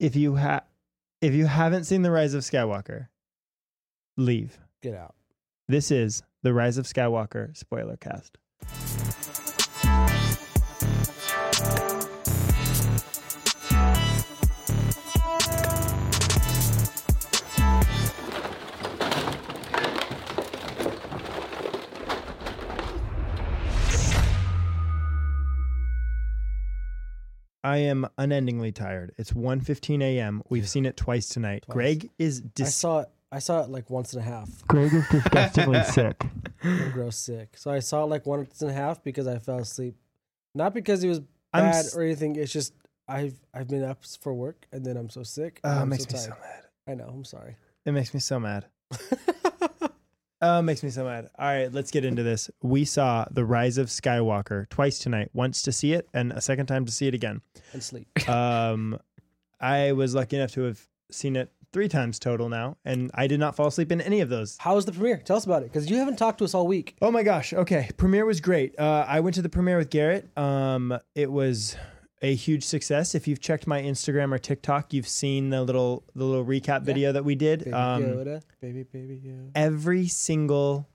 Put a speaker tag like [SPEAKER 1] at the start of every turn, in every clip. [SPEAKER 1] if you ha if you haven't seen The Rise of Skywalker, leave.
[SPEAKER 2] Get out.
[SPEAKER 1] This is The Rise of Skywalker spoiler cast. I am unendingly tired. It's 1:15 a.m. We've seen it twice tonight.
[SPEAKER 2] Twice.
[SPEAKER 1] Greg is
[SPEAKER 2] I
[SPEAKER 1] dis-
[SPEAKER 2] saw it. I saw it like once and a half.
[SPEAKER 1] Greg is disgustingly sick.
[SPEAKER 2] I'm gross sick. So I saw it like once and a half because I fell asleep. Not because it was
[SPEAKER 1] I'm
[SPEAKER 2] bad
[SPEAKER 1] s-
[SPEAKER 2] or anything. It's just I've I've been up for work and then I'm so sick. and
[SPEAKER 1] Oh, it
[SPEAKER 2] I'm
[SPEAKER 1] makes me so
[SPEAKER 2] tired.
[SPEAKER 1] mad.
[SPEAKER 2] I know. I'm sorry.
[SPEAKER 1] It makes me so mad. Oh, it makes me so mad. All right, let's get into this. We saw The Rise of Skywalker twice tonight, once to see it and a second time to see it again.
[SPEAKER 2] and sleep.
[SPEAKER 1] Um, I was lucky enough to have seen it three times total now, and I did not fall asleep in any of those.
[SPEAKER 2] How was the premiere? Tell us about it because you haven't talked to us all week.
[SPEAKER 1] Oh my gosh. Okay. Premiere was great. Uh, I went to the premiere with Garrett. Um, it was a huge success. If you've checked my Instagram or TikTok, you've seen the little the little recap video that we did.
[SPEAKER 2] Baby
[SPEAKER 1] Um,
[SPEAKER 2] Yoda, baby baby Yoda.
[SPEAKER 1] every single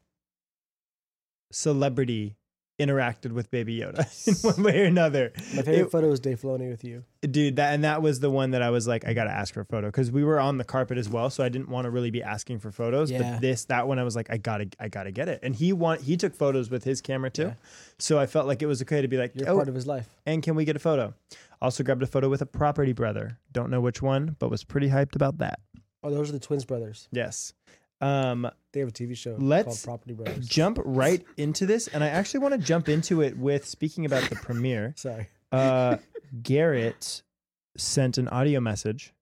[SPEAKER 1] celebrity interacted with Baby Yoda in one way or another.
[SPEAKER 2] My favorite
[SPEAKER 1] It-
[SPEAKER 2] photo is Dave Filoni with you.
[SPEAKER 1] dude, that and that was the one that I was like, I gotta ask for a photo because we were on the carpet as well, so I didn't want to really be asking for photos.
[SPEAKER 2] Yeah.
[SPEAKER 1] But this, that one, I was like, I gotta, I gotta get it. And he want he took photos with his camera too,
[SPEAKER 2] Yeah.
[SPEAKER 1] so I felt like it was okay to be like,
[SPEAKER 2] You're
[SPEAKER 1] oh,
[SPEAKER 2] part of his life.
[SPEAKER 1] and can we get a photo? Also grabbed a photo with a property brother. Don't know which one, but was pretty hyped about that.
[SPEAKER 2] Oh, those are the twins brothers.
[SPEAKER 1] Yes. Um,
[SPEAKER 2] They have a TV show called
[SPEAKER 1] Let's
[SPEAKER 2] Property Brothers.
[SPEAKER 1] jump right into this, and I actually want to jump into it with speaking about the premiere.
[SPEAKER 2] Sorry.
[SPEAKER 1] Uh, Garrett sent an audio message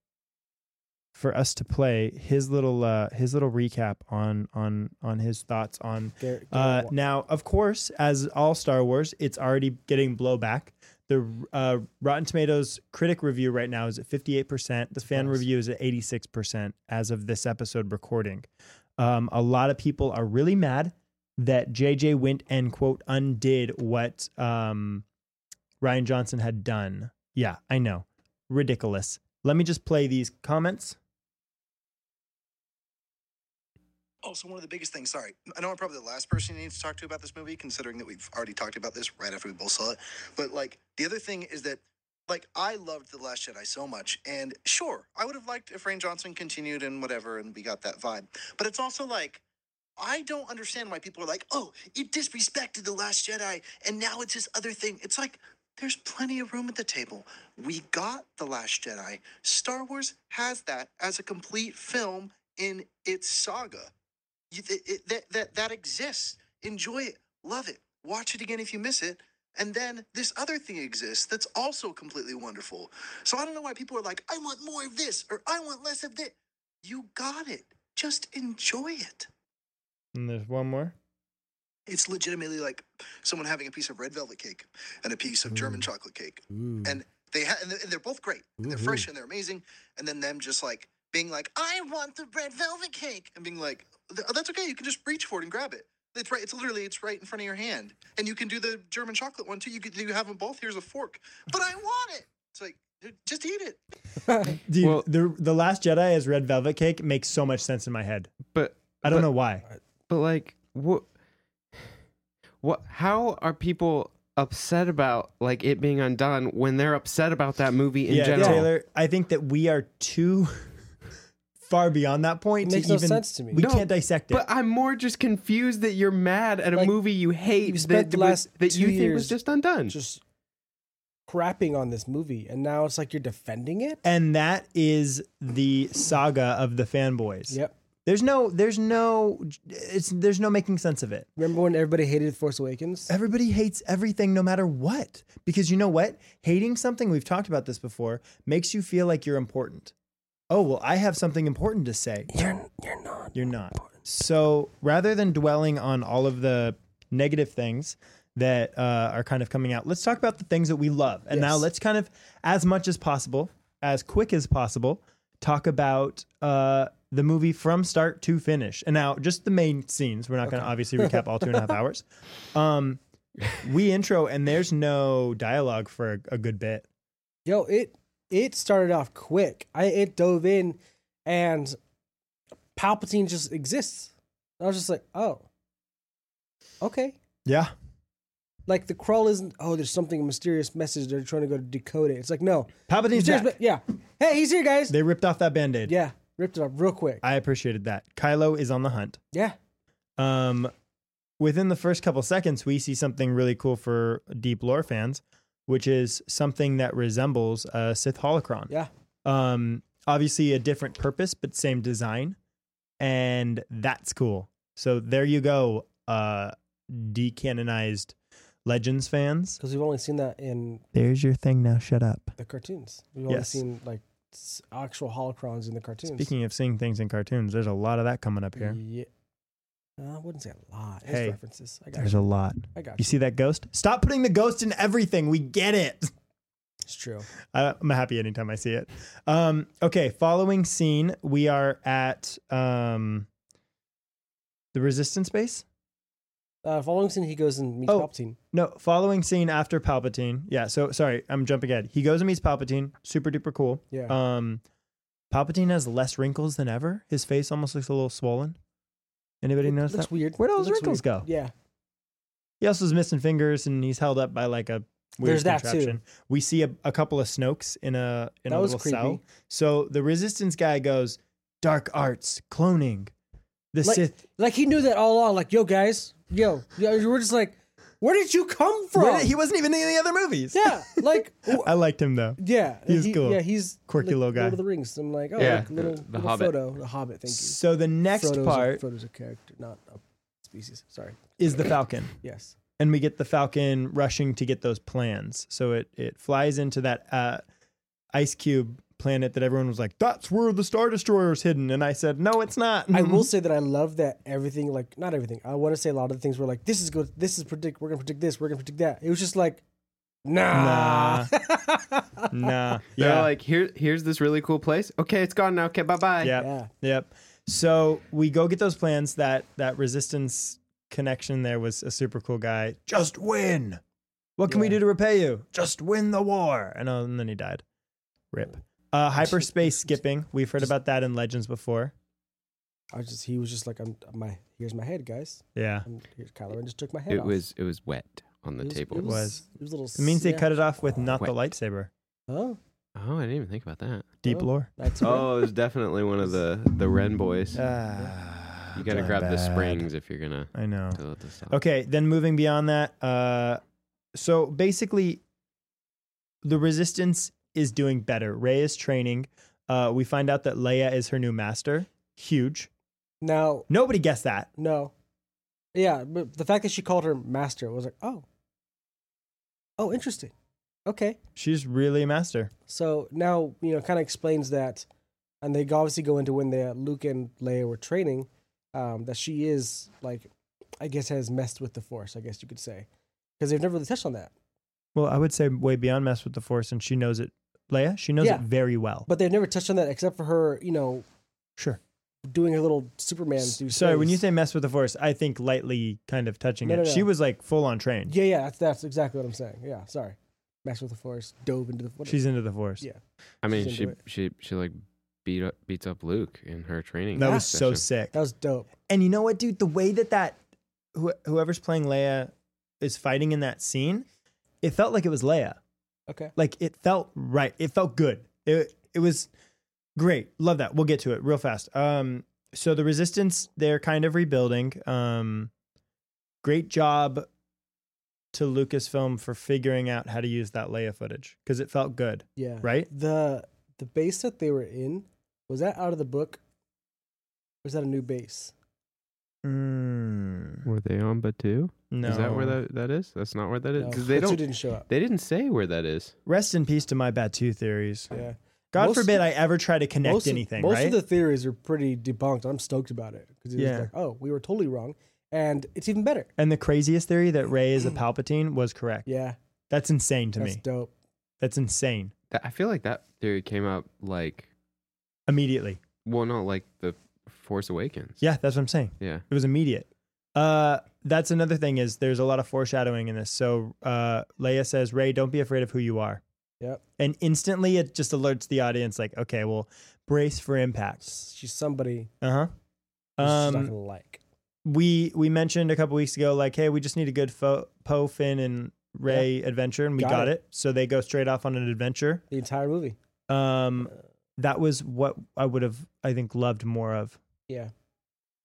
[SPEAKER 1] for us to play his little uh, his little recap on on on his thoughts on.
[SPEAKER 2] Garrett,
[SPEAKER 1] Uh,
[SPEAKER 2] Garrett Wa-
[SPEAKER 1] now, of course, as all Star Wars, it's already getting blowback. The uh, Rotten Tomatoes critic review right now is at fifty eight percent. The fan
[SPEAKER 2] Surprise.
[SPEAKER 1] review is at eighty six percent as of this episode recording. Um, a lot of people are really mad that JJ went and quote undid what um, Ryan Johnson had done. Yeah, I know, ridiculous. Let me just play these comments.
[SPEAKER 3] Also, Oh, one of the biggest things, sorry, I know I'm probably the last person you need to talk to about this movie, considering that we've already talked about this right after we both saw it. But, like, the other thing is that, like, I loved The Last Jedi so much. And sure, I would have liked if Rain Johnson continued and whatever, and we got that vibe. But it's also like, I don't understand why people are like, oh, it disrespected The Last Jedi, and now it's this other thing. It's like, there's plenty of room at the table. We got The Last Jedi. Star Wars has that as a complete film in its saga. You, it, it, that, that, that exists. Enjoy it. Love it. Watch it again if you miss it. And then this other thing exists that's also completely wonderful. So I don't know why people are like, I want more of this or I want less of this. You got it. Just enjoy it.
[SPEAKER 1] And there's one more.
[SPEAKER 3] It's legitimately like someone having a piece of red velvet cake and a piece of German chocolate cake.
[SPEAKER 2] Ooh.
[SPEAKER 3] and they ha- and they're- and they're both great. And they're fresh and they're amazing. And then them just like being like, "I want the red velvet cake," and being like, "Th- uh, "That's okay. You can just reach for it and grab it. It's right. It's literally it's right in front of your hand. And you can do the German chocolate one too. You could you have them both. Here's a fork. But I want it. It's like dude, just eat it.
[SPEAKER 1] Dude,
[SPEAKER 4] Well-
[SPEAKER 1] the the Last Jedi as Red Velvet Cake makes so much sense in my head.
[SPEAKER 4] But
[SPEAKER 1] I don't
[SPEAKER 4] but-
[SPEAKER 1] know why.
[SPEAKER 4] But like what what how are people upset about like it being undone when they're upset about that movie in
[SPEAKER 1] yeah,
[SPEAKER 4] general?
[SPEAKER 1] Taylor, I think that we are too far beyond that point.
[SPEAKER 2] It
[SPEAKER 1] to
[SPEAKER 2] makes no
[SPEAKER 1] even-
[SPEAKER 2] sense to me.
[SPEAKER 1] We
[SPEAKER 4] No,
[SPEAKER 1] can't dissect it.
[SPEAKER 4] But I'm more just confused that you're mad at a
[SPEAKER 2] Like,
[SPEAKER 4] movie you hate
[SPEAKER 2] you've
[SPEAKER 4] that,
[SPEAKER 2] spent the
[SPEAKER 4] was-
[SPEAKER 2] last
[SPEAKER 4] that
[SPEAKER 2] two
[SPEAKER 4] you think was
[SPEAKER 2] years
[SPEAKER 4] just undone.
[SPEAKER 2] just crapping on this movie, and now it's like you're defending it.
[SPEAKER 1] and that is the saga of the fanboys.
[SPEAKER 2] Yep.
[SPEAKER 1] There's no, there's no, it's there's no making sense of it.
[SPEAKER 2] Remember when everybody hated Force Awakens?
[SPEAKER 1] Everybody hates everything no matter what. Because you know what? Hating something, we've talked about this before, makes you feel like you're important. Oh, well, I have something important to say.
[SPEAKER 2] You're you're not.
[SPEAKER 1] You're not. So rather than dwelling on all of the negative things that uh, are kind of coming out, let's talk about the things that we love. And now
[SPEAKER 2] Yes.
[SPEAKER 1] let's kind of, as much as possible, as quick as possible, talk about uh, the movie from start to finish. And now just the main scenes. We're not going to obviously recap all two and a half hours. Um, we intro, and there's no dialogue for a, a good bit.
[SPEAKER 2] Yo, it it started off quick. I it dove in, and Palpatine just exists. I was just like, oh, okay.
[SPEAKER 1] Yeah.
[SPEAKER 2] Like the crawl isn't. Oh, there's something mysterious message. They're trying to go to decode it. It's like no,
[SPEAKER 1] Palpatine's
[SPEAKER 2] mysterious
[SPEAKER 1] back.
[SPEAKER 2] me- yeah. Hey, he's here, guys.
[SPEAKER 1] They ripped off that band aid.
[SPEAKER 2] yeah, ripped it up real quick.
[SPEAKER 1] I appreciated that. Kylo is on the hunt.
[SPEAKER 2] yeah,
[SPEAKER 1] Um, within the first couple seconds, we see something really cool for deep lore fans, which is something that resembles a Sith holocron.
[SPEAKER 2] Yeah.
[SPEAKER 1] Um, obviously a different purpose, but same design, and that's cool. So there you go, uh, decanonized Legends fans.
[SPEAKER 2] because we've only seen that in
[SPEAKER 1] There's your thing now. Shut up.
[SPEAKER 2] the cartoons. We've only
[SPEAKER 1] Yes.
[SPEAKER 2] seen like s- actual holocrons in the cartoons.
[SPEAKER 1] Speaking of seeing things in cartoons, there's a lot of that coming up here.
[SPEAKER 2] yeah, Uh, I wouldn't say a lot. It's
[SPEAKER 1] Hey,
[SPEAKER 2] references. I got
[SPEAKER 1] There's
[SPEAKER 2] you.
[SPEAKER 1] a lot.
[SPEAKER 2] I got
[SPEAKER 1] You
[SPEAKER 2] you.
[SPEAKER 1] see that ghost? Stop putting the ghost in everything. We get it.
[SPEAKER 2] It's true.
[SPEAKER 1] I- I'm happy anytime I see it. Um, okay, following scene, we are at um, the resistance base.
[SPEAKER 2] Uh, following scene, he goes and meets
[SPEAKER 1] Oh.
[SPEAKER 2] Palpatine.
[SPEAKER 1] No, following scene after Palpatine. Yeah, so sorry, I'm jumping ahead. He goes and meets Palpatine. Super duper cool.
[SPEAKER 2] Yeah.
[SPEAKER 1] Um, Palpatine has less wrinkles than ever. His face almost looks a little swollen. Anybody
[SPEAKER 2] It
[SPEAKER 1] notice
[SPEAKER 2] looks
[SPEAKER 1] that?
[SPEAKER 2] weird.
[SPEAKER 1] Where'd all
[SPEAKER 2] It
[SPEAKER 1] those
[SPEAKER 2] looks
[SPEAKER 1] wrinkles go?
[SPEAKER 2] Yeah,
[SPEAKER 1] He also is missing fingers, and he's held up by like a weird
[SPEAKER 2] There's that too.
[SPEAKER 1] contraption. We see a, a couple of Snokes in a in
[SPEAKER 2] that
[SPEAKER 1] a
[SPEAKER 2] was
[SPEAKER 1] little
[SPEAKER 2] creepy.
[SPEAKER 1] cell. So the resistance guy goes, Dark arts, cloning. The
[SPEAKER 2] Like-
[SPEAKER 1] Sith.
[SPEAKER 2] Like he knew that all along. Like, yo, guys, yo, yo, you were just like, where did you come from?
[SPEAKER 1] Where did- he wasn't even in the other movies.
[SPEAKER 2] yeah, like, w-
[SPEAKER 1] I liked him though.
[SPEAKER 2] yeah,
[SPEAKER 1] He's
[SPEAKER 2] he-
[SPEAKER 1] cool.
[SPEAKER 2] Yeah, he's
[SPEAKER 1] Quirky
[SPEAKER 2] like
[SPEAKER 1] little guy.
[SPEAKER 2] Lord of the Rings. I'm like, oh,
[SPEAKER 4] Yeah,
[SPEAKER 2] like, little,
[SPEAKER 4] the
[SPEAKER 2] little
[SPEAKER 4] Hobbit.
[SPEAKER 2] photo, the Hobbit. Thank you.
[SPEAKER 1] So the next
[SPEAKER 2] Frodo's
[SPEAKER 1] part
[SPEAKER 2] a, Frodo's a character, not a species. Sorry.
[SPEAKER 1] is the Falcon.
[SPEAKER 2] Yes.
[SPEAKER 1] And we get the Falcon rushing to get those plans. So it it flies into that uh, ice cube planet that everyone was like, That's where the Star Destroyer's hidden. And I said, No, it's not.
[SPEAKER 2] I will say that I love that everything, like not everything. I want to say a lot of the things were like, this is good. This is predict. We're gonna predict this. We're gonna predict that. It was just like, nah.
[SPEAKER 1] Nah.
[SPEAKER 4] They're
[SPEAKER 1] Yeah.
[SPEAKER 4] like, here, here's this really cool place. Okay, it's gone now. Okay, bye bye.
[SPEAKER 1] Yep.
[SPEAKER 2] Yeah.
[SPEAKER 1] Yep. So we go get those plans. That that resistance connection there was a super cool guy. Just win. What can we
[SPEAKER 2] Yeah.
[SPEAKER 1] do to repay you? Just win the war. And, uh, and then he died. Rip. Uh, hyperspace skipping. We've heard about that in Legends before.
[SPEAKER 2] I was just he was just like, I'm my here's my head, guys.
[SPEAKER 1] Yeah.
[SPEAKER 2] And here's Kylo Ren just took my head.
[SPEAKER 4] It
[SPEAKER 2] off.
[SPEAKER 4] was it was wet on the
[SPEAKER 2] It was-
[SPEAKER 4] table.
[SPEAKER 2] It was.
[SPEAKER 1] Was.
[SPEAKER 2] It was a little.
[SPEAKER 1] It means they
[SPEAKER 2] yeah.
[SPEAKER 1] cut it off with not the
[SPEAKER 4] Wait.
[SPEAKER 1] lightsaber.
[SPEAKER 2] Oh,
[SPEAKER 4] Oh, I didn't even think about that.
[SPEAKER 1] Deep
[SPEAKER 2] Oh.
[SPEAKER 1] lore.
[SPEAKER 2] that's okay.
[SPEAKER 4] Oh, it was definitely one of the the Ren boys.
[SPEAKER 1] Ah,
[SPEAKER 4] you gotta
[SPEAKER 1] my
[SPEAKER 4] grab the
[SPEAKER 1] bad.
[SPEAKER 4] springs if you're gonna
[SPEAKER 1] I know.
[SPEAKER 4] fill out this out.
[SPEAKER 1] Okay, then moving beyond that, uh, so basically, the resistance is doing better. Rey is training. Uh, we find out that Leia is her new master. Huge.
[SPEAKER 2] Now,
[SPEAKER 1] Nobody guessed that.
[SPEAKER 2] no, yeah, but the fact that she called her master was like, oh, oh, interesting. Okay,
[SPEAKER 1] She's really a master.
[SPEAKER 2] so now you know, kind of explains that, and they obviously go into when the Luke and Leia were training, um, that she is like, I guess, has messed with the Force. I guess you could say, because they've never really touched on that.
[SPEAKER 1] Well, I would say way beyond mess with the force, and she knows it. Leia, she knows
[SPEAKER 2] Yeah.
[SPEAKER 1] it very well.
[SPEAKER 2] But they've never touched on that except for her, you know,
[SPEAKER 1] Sure.
[SPEAKER 2] doing her little Superman. do
[SPEAKER 1] Sorry, when you
[SPEAKER 2] things.
[SPEAKER 1] say mess with the force, I think lightly kind of touching
[SPEAKER 2] No,
[SPEAKER 1] it.
[SPEAKER 2] no, no.
[SPEAKER 1] She was like full on trained.
[SPEAKER 2] Yeah, yeah, that's, that's exactly what I'm saying. Yeah, sorry. Mess with the force, dove into the force.
[SPEAKER 1] She's into the force.
[SPEAKER 2] Yeah.
[SPEAKER 4] I mean,
[SPEAKER 2] she's
[SPEAKER 4] she
[SPEAKER 2] into
[SPEAKER 4] she she like beat up beats up Luke in her training.
[SPEAKER 1] That was so
[SPEAKER 4] session.
[SPEAKER 1] sick.
[SPEAKER 2] that was dope.
[SPEAKER 1] And you know what, dude? The way that that who whoever's playing Leia is fighting in that scene, it felt like it was Leia.
[SPEAKER 2] Okay.
[SPEAKER 1] Like it felt right. It felt good. It it was great. Love that. We'll get to it real fast. Um, so the Resistance, they're kind of rebuilding. Um, great job to Lucasfilm for figuring out how to use that Leia footage because it felt good,
[SPEAKER 2] Yeah.
[SPEAKER 1] right?
[SPEAKER 2] The the base that they were in, was that out of the book? Or is that a new base?
[SPEAKER 1] Mm,
[SPEAKER 2] Hmm.
[SPEAKER 4] Were they on Batu?
[SPEAKER 1] no.
[SPEAKER 4] Is that where that that is? That's not where that is.
[SPEAKER 2] No,
[SPEAKER 4] 'Cause they
[SPEAKER 2] Batu
[SPEAKER 4] don't
[SPEAKER 2] didn't show up.
[SPEAKER 4] they didn't say where that is.
[SPEAKER 1] Rest in peace to my Batu theories.
[SPEAKER 2] Yeah.
[SPEAKER 1] God
[SPEAKER 2] Most-
[SPEAKER 1] forbid I ever try to connect
[SPEAKER 2] most of-
[SPEAKER 1] anything,
[SPEAKER 2] most
[SPEAKER 1] right?
[SPEAKER 2] of the theories are pretty debunked. I'm stoked about it. Because it
[SPEAKER 1] Yeah.
[SPEAKER 2] was like, oh, we were totally wrong. And it's even better.
[SPEAKER 1] And the craziest theory that Ray is a Palpatine was correct.
[SPEAKER 2] Yeah.
[SPEAKER 1] That's insane to
[SPEAKER 2] that's
[SPEAKER 1] me.
[SPEAKER 2] dope.
[SPEAKER 1] That's insane.
[SPEAKER 4] That, I feel like that theory came out like
[SPEAKER 1] Immediately.
[SPEAKER 4] well, not like the Force Awakens.
[SPEAKER 1] Yeah, that's what I'm saying.
[SPEAKER 4] Yeah.
[SPEAKER 1] It was immediate. Uh, that's another thing is there's a lot of foreshadowing in this. So uh, Leia says, Ray, don't be afraid of who you are.
[SPEAKER 2] Yep.
[SPEAKER 1] And instantly it just alerts the audience like, okay, well, brace for impact.
[SPEAKER 2] She's somebody
[SPEAKER 1] Uh-huh.
[SPEAKER 2] who's just not
[SPEAKER 1] Um
[SPEAKER 2] gonna like.
[SPEAKER 1] we we mentioned a couple weeks ago like, hey, we just need a good fo- Poe, Finn and Ray adventure and we got,
[SPEAKER 2] Got
[SPEAKER 1] it.
[SPEAKER 2] it.
[SPEAKER 1] So they go straight off on an adventure.
[SPEAKER 2] The entire movie. Uh,
[SPEAKER 1] Um that was what I would have I think loved more of.
[SPEAKER 2] Yeah.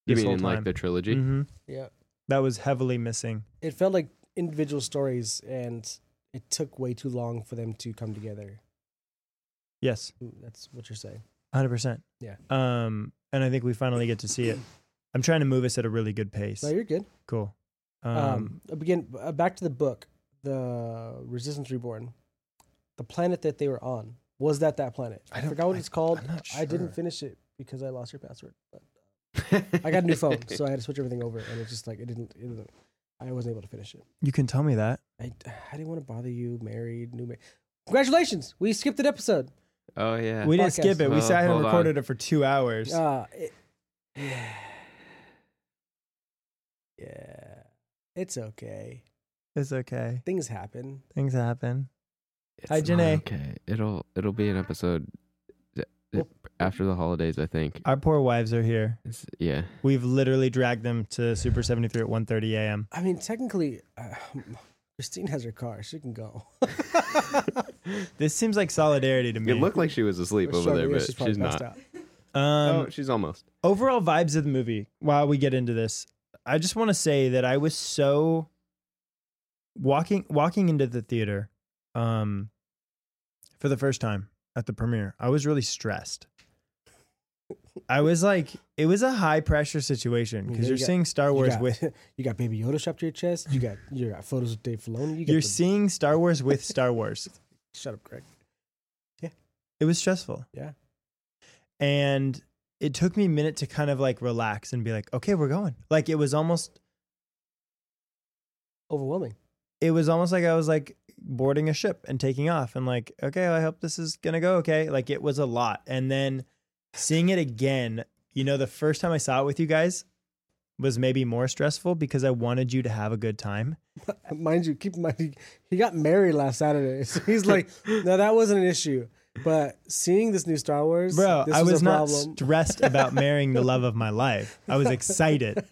[SPEAKER 4] You
[SPEAKER 1] this
[SPEAKER 4] mean
[SPEAKER 1] whole
[SPEAKER 4] in like
[SPEAKER 1] time.
[SPEAKER 4] the trilogy?
[SPEAKER 1] hmm
[SPEAKER 2] Yeah.
[SPEAKER 1] That was heavily missing.
[SPEAKER 2] It felt like individual stories and it took way too long for them to come together. Mm,
[SPEAKER 1] Yes.
[SPEAKER 2] That's what you're saying.
[SPEAKER 1] Hundred percent.
[SPEAKER 2] Yeah.
[SPEAKER 1] Um, and I think we finally get to see it. I'm trying to move us at a really good pace.
[SPEAKER 2] No, you're good.
[SPEAKER 1] Cool. Um,
[SPEAKER 2] Um, again, uh, back to the book, the Resistance Reborn, the planet that they were on was that that planet?
[SPEAKER 4] I
[SPEAKER 2] I,
[SPEAKER 4] don't-
[SPEAKER 2] forgot what
[SPEAKER 4] I-
[SPEAKER 2] it's called.
[SPEAKER 4] I'm not
[SPEAKER 2] I didn't
[SPEAKER 4] sure.
[SPEAKER 2] finish it because I lost your password. But
[SPEAKER 1] Mm.
[SPEAKER 2] I got a new phone, so I had to switch everything over, and it's just like it didn't. It didn't I wasn't able to finish it.
[SPEAKER 1] you can tell me that.
[SPEAKER 2] I, I didn't want to bother you. Married, new married. Congratulations, we skipped an episode.
[SPEAKER 4] Oh yeah.
[SPEAKER 1] We didn't
[SPEAKER 2] Podcast.
[SPEAKER 1] skip it. We
[SPEAKER 4] Oh,
[SPEAKER 1] sat here and
[SPEAKER 4] hold on.
[SPEAKER 1] recorded it for two hours.
[SPEAKER 2] Uh, it, yeah, it's okay.
[SPEAKER 1] it's okay.
[SPEAKER 2] Things happen.
[SPEAKER 1] Things happen.
[SPEAKER 4] It's
[SPEAKER 1] Hi,
[SPEAKER 4] not
[SPEAKER 1] Janae.
[SPEAKER 4] Okay, it'll it'll be an episode th- th- after the holidays, I think.
[SPEAKER 1] Our poor wives are here.
[SPEAKER 4] It's, yeah.
[SPEAKER 1] We've literally dragged them to Super 73 at 1:30 a.m.
[SPEAKER 2] I mean, technically, uh, Christine has her car. She can go.
[SPEAKER 1] This seems like solidarity to me.
[SPEAKER 4] It looked like she was asleep
[SPEAKER 2] Or
[SPEAKER 4] over
[SPEAKER 2] Charmaine,
[SPEAKER 4] there, but
[SPEAKER 2] probably
[SPEAKER 4] she's
[SPEAKER 2] passed
[SPEAKER 4] not.
[SPEAKER 2] out.
[SPEAKER 1] um,
[SPEAKER 4] Oh, she's almost.
[SPEAKER 1] overall vibes of the movie while we get into this i just want to say that i was so walking walking into the theater um for the first time at the premiere i was really stressed i was like it was a high pressure situation because
[SPEAKER 2] Yeah,
[SPEAKER 1] you're
[SPEAKER 2] you got-
[SPEAKER 1] seeing star
[SPEAKER 2] You
[SPEAKER 1] wars
[SPEAKER 2] got,
[SPEAKER 1] with
[SPEAKER 2] you got Baby Yoda strapped to your chest. You got you got photos of Dave Filoni. You got
[SPEAKER 1] you're
[SPEAKER 2] the-
[SPEAKER 1] seeing star wars with star wars
[SPEAKER 2] shut up, Greg.
[SPEAKER 1] it was stressful
[SPEAKER 2] Yeah.
[SPEAKER 1] and it took me a minute to kind of like relax and be like okay we're going like it was almost
[SPEAKER 2] Overwhelming.
[SPEAKER 1] it was almost like I was like boarding a ship and taking off and like, okay, I hope this is gonna go okay. Like it was a lot. And then seeing it again, you know, the first time I saw it with you guys was maybe more stressful because I wanted you to have a good time.
[SPEAKER 2] Mind you, keep in mind he, he got married last Saturday, so he's like, no, that wasn't an issue. But seeing this new Star Wars,
[SPEAKER 1] Bro,
[SPEAKER 2] this
[SPEAKER 1] I was
[SPEAKER 2] a
[SPEAKER 1] not
[SPEAKER 2] problem.
[SPEAKER 1] stressed about marrying the love of my life. I was excited.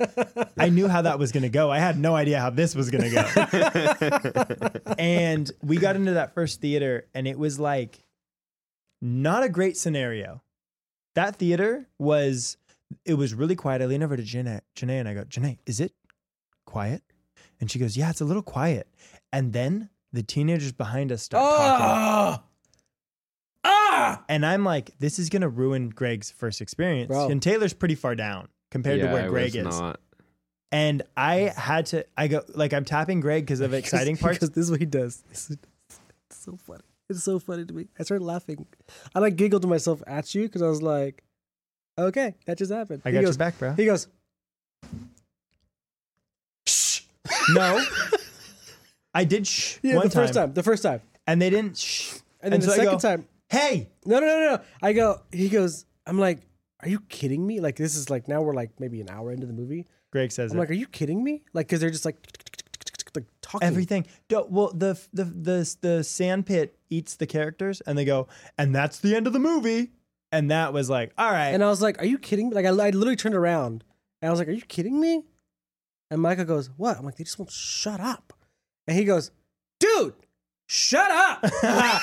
[SPEAKER 1] I knew how that was gonna go. I had no idea how this was gonna go. and we got into that first theater and it was like not a great scenario that theater was it was really quiet i lean over to janae, janae and i go janae is it quiet and she goes yeah it's a little quiet and then the teenagers behind us start talking
[SPEAKER 2] Ah! Ah!
[SPEAKER 1] and i'm like this is going to ruin greg's first experience
[SPEAKER 2] Bro.
[SPEAKER 1] and taylor's pretty far down compared
[SPEAKER 4] yeah,
[SPEAKER 1] to where
[SPEAKER 4] I
[SPEAKER 1] greg
[SPEAKER 4] was
[SPEAKER 1] is
[SPEAKER 4] Not.
[SPEAKER 1] and i had to i go like i'm tapping greg because of exciting parts
[SPEAKER 2] Because this is what he does. This is- It's so funny. It's so funny to me. I started laughing. I like giggled to myself at you because I was like, okay, that just happened.
[SPEAKER 1] i
[SPEAKER 2] he
[SPEAKER 1] got
[SPEAKER 2] goes,
[SPEAKER 1] your back bro
[SPEAKER 2] He goes,
[SPEAKER 1] No. I did shh
[SPEAKER 2] yeah,
[SPEAKER 1] one
[SPEAKER 2] the first time. the first time.
[SPEAKER 1] And they didn't shh.
[SPEAKER 2] And then the
[SPEAKER 1] so I
[SPEAKER 2] second
[SPEAKER 1] go,
[SPEAKER 2] time.
[SPEAKER 1] Hey.
[SPEAKER 2] No, no, no, no, no. I go, he goes, I'm like, are you kidding me? Like, this is like, now we're like maybe an hour into the movie.
[SPEAKER 1] Greg says
[SPEAKER 2] I'm
[SPEAKER 1] it.
[SPEAKER 2] like, are you kidding me? Like, because they're just like, like talking.
[SPEAKER 1] Everything. Do- well, the, the the the sand pit eats the characters, and they go, and that's the end of the movie. And that was like, all right.
[SPEAKER 2] And I was like, "Are you kidding me?" Like I, I literally turned around and I was like, "Are you kidding me?" And Michael goes, "What?" I'm like, "They just won't shut up." And he goes, "Dude, shut up!"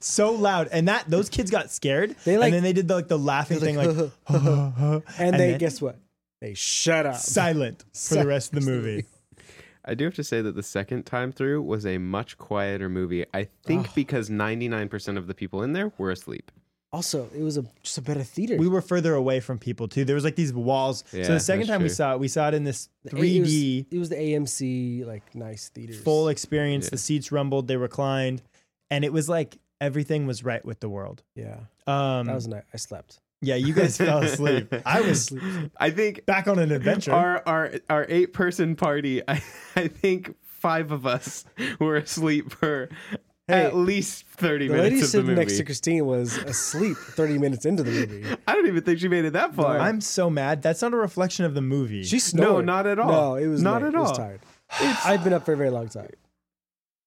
[SPEAKER 1] so loud, and that those kids got scared.
[SPEAKER 2] They, like-
[SPEAKER 1] and then they did the, like the laughing thing, like, and,
[SPEAKER 2] and, they
[SPEAKER 1] then
[SPEAKER 2] guess what? They shut up.
[SPEAKER 1] silent for the rest of the movie.
[SPEAKER 4] I do have to say that the second time through was a much quieter movie. I think because 99% of the people in there were asleep.
[SPEAKER 2] Also, it was a just a better theater.
[SPEAKER 1] we were further away from people too. There was like these walls. so
[SPEAKER 4] Yeah,
[SPEAKER 1] the second
[SPEAKER 4] that's
[SPEAKER 1] time we
[SPEAKER 4] true.
[SPEAKER 1] saw it, we saw it in this
[SPEAKER 2] The A- it was-
[SPEAKER 1] 3D
[SPEAKER 2] It was the AMC like nice theater.
[SPEAKER 1] full experience.
[SPEAKER 4] Yeah.
[SPEAKER 1] The seats rumbled, they reclined, and it was like everything was right with the world.
[SPEAKER 2] Yeah,
[SPEAKER 1] Um,
[SPEAKER 2] that was nice. I slept.
[SPEAKER 1] yeah, you guys fell asleep. I was
[SPEAKER 4] I think
[SPEAKER 1] back on an adventure.
[SPEAKER 4] our our our eight person party, I, I think five of us were asleep for at least 30
[SPEAKER 2] The lady
[SPEAKER 4] minutes of the
[SPEAKER 2] sitting
[SPEAKER 4] movie.
[SPEAKER 2] next to Christine was asleep 30 minutes into the movie.
[SPEAKER 4] I don't even think she made it that far.
[SPEAKER 1] I'm so mad. That's not a reflection of the movie.
[SPEAKER 2] She snored.
[SPEAKER 4] not at all.
[SPEAKER 2] No, it was
[SPEAKER 4] Not
[SPEAKER 2] late.
[SPEAKER 4] at
[SPEAKER 2] It was
[SPEAKER 4] all.
[SPEAKER 2] tired. I've been up for a very long time.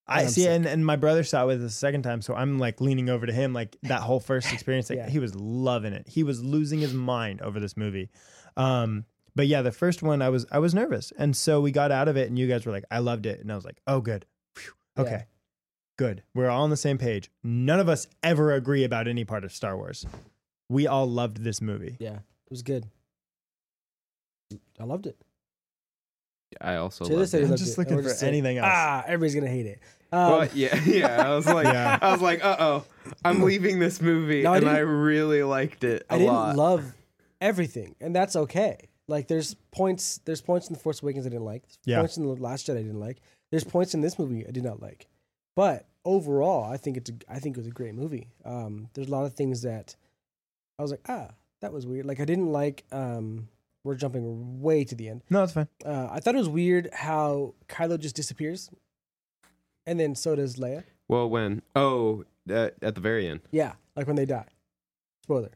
[SPEAKER 1] I
[SPEAKER 2] I'm
[SPEAKER 1] see,
[SPEAKER 2] sick.
[SPEAKER 1] and, and my brother saw it with us the second time, so I'm like leaning over to him, like that whole first experience. Like
[SPEAKER 2] Yeah.
[SPEAKER 1] he was loving it. He was losing his mind over this movie. Um, but yeah, the first one I was I was nervous, and so we got out of it, and you guys were like, I loved it, and I was like, oh good, Phew.
[SPEAKER 2] Yeah.
[SPEAKER 1] okay, good. We're all on the same page. None of us ever agree about any part of Star Wars. We all loved this movie.
[SPEAKER 2] Yeah, it was good. I loved it.
[SPEAKER 4] I also
[SPEAKER 2] To this
[SPEAKER 4] loved
[SPEAKER 2] day,
[SPEAKER 4] it.
[SPEAKER 1] I'm
[SPEAKER 2] loved
[SPEAKER 1] just
[SPEAKER 2] it. And
[SPEAKER 1] looking
[SPEAKER 2] we're
[SPEAKER 1] for anything else.
[SPEAKER 2] Ah, everybody's gonna hate it. Um,
[SPEAKER 4] Well, yeah, yeah. I was like,
[SPEAKER 1] Yeah.
[SPEAKER 4] I was like, uh oh, I'm leaving this movie,
[SPEAKER 2] No, I
[SPEAKER 4] and I
[SPEAKER 2] didn't-
[SPEAKER 4] really liked it a
[SPEAKER 2] I didn't
[SPEAKER 4] lot.
[SPEAKER 2] love everything, and that's okay. Like there's points, there's points in the Force Awakens I didn't like. There's
[SPEAKER 1] Yeah.
[SPEAKER 2] Points in the Last Jedi I didn't like. There's points in this movie I did not like. But overall, I think it's a, I think it was a great movie. Um, there's a lot of things that I was like, ah, that was weird. Like I didn't like. Um, we're jumping way to the end.
[SPEAKER 1] No, it's fine.
[SPEAKER 2] Uh, I thought it was weird how Kylo just disappears, and then so does Leia.
[SPEAKER 4] well, when oh, uh, at the very end,
[SPEAKER 2] Yeah, like when they die. Spoiler.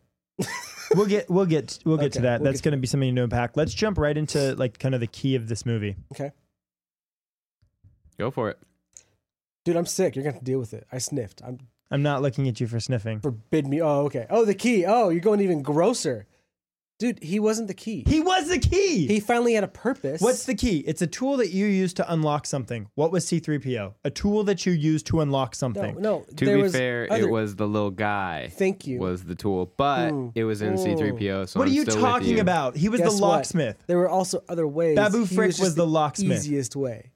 [SPEAKER 1] We'll get we'll get we'll get to
[SPEAKER 2] Okay,
[SPEAKER 1] that.
[SPEAKER 2] we'll
[SPEAKER 1] That's
[SPEAKER 2] get-
[SPEAKER 1] going to be something to unpack. Let's jump right into like kind of the key of this movie.
[SPEAKER 4] go for it.
[SPEAKER 2] Dude, I'm sick. You're gonna have to deal with it. I sniffed. I'm
[SPEAKER 1] I'm not looking at you for sniffing.
[SPEAKER 2] forbid me. Oh, okay. Oh, the key. Oh, you're going even grosser. Dude, he wasn't the key. He,
[SPEAKER 1] He was the key.
[SPEAKER 2] finally had a purpose.
[SPEAKER 1] What's the key? It's a tool that you use to unlock something. What was C3PO? A tool that you use to unlock
[SPEAKER 2] no?
[SPEAKER 1] something.
[SPEAKER 2] No,
[SPEAKER 4] To
[SPEAKER 2] there
[SPEAKER 4] be
[SPEAKER 2] was
[SPEAKER 4] fair,
[SPEAKER 2] other-
[SPEAKER 4] it was the little guy
[SPEAKER 2] Thank you.
[SPEAKER 4] was the tool, but
[SPEAKER 2] Mm.
[SPEAKER 4] it was in
[SPEAKER 2] Mm.
[SPEAKER 4] C3PO.
[SPEAKER 1] Hmm.
[SPEAKER 4] So
[SPEAKER 1] what are
[SPEAKER 4] I'm
[SPEAKER 1] you
[SPEAKER 4] still with
[SPEAKER 1] talking
[SPEAKER 4] you.
[SPEAKER 1] about? He was
[SPEAKER 2] Guess
[SPEAKER 1] the
[SPEAKER 2] what?
[SPEAKER 1] locksmith.
[SPEAKER 2] There were also other ways.
[SPEAKER 1] Babu
[SPEAKER 2] He was
[SPEAKER 1] Frick
[SPEAKER 2] just
[SPEAKER 1] was the locksmith.
[SPEAKER 2] Easiest way.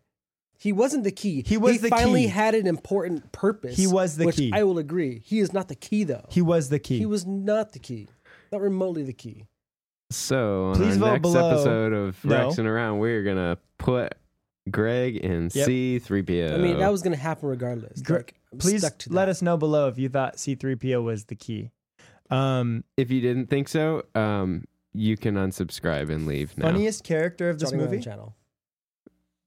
[SPEAKER 2] He wasn't the key.
[SPEAKER 1] He was
[SPEAKER 2] he
[SPEAKER 1] the
[SPEAKER 2] finally
[SPEAKER 1] key.
[SPEAKER 2] had an important purpose.
[SPEAKER 1] He was the
[SPEAKER 2] which
[SPEAKER 1] key.
[SPEAKER 2] I will agree. He is not the key though.
[SPEAKER 1] He was the key.
[SPEAKER 2] He was not the key. Not remotely the key.
[SPEAKER 4] So on
[SPEAKER 1] Please
[SPEAKER 4] our
[SPEAKER 1] vote
[SPEAKER 4] next
[SPEAKER 1] below.
[SPEAKER 4] episode of
[SPEAKER 1] No.
[SPEAKER 4] Rex and Around, we're gonna put Greg in
[SPEAKER 1] Yep.
[SPEAKER 4] C3PO.
[SPEAKER 2] I mean, that was going to happen regardless.
[SPEAKER 1] Gr-
[SPEAKER 2] Like, I'm
[SPEAKER 1] Please
[SPEAKER 2] stuck to
[SPEAKER 1] let
[SPEAKER 2] that.
[SPEAKER 1] us know below if you thought C3PO was the key. Um,
[SPEAKER 4] if you didn't think so, um, you can unsubscribe and leave now.
[SPEAKER 1] funniest character of this
[SPEAKER 2] Johnny Ryan
[SPEAKER 1] movie?
[SPEAKER 2] channel.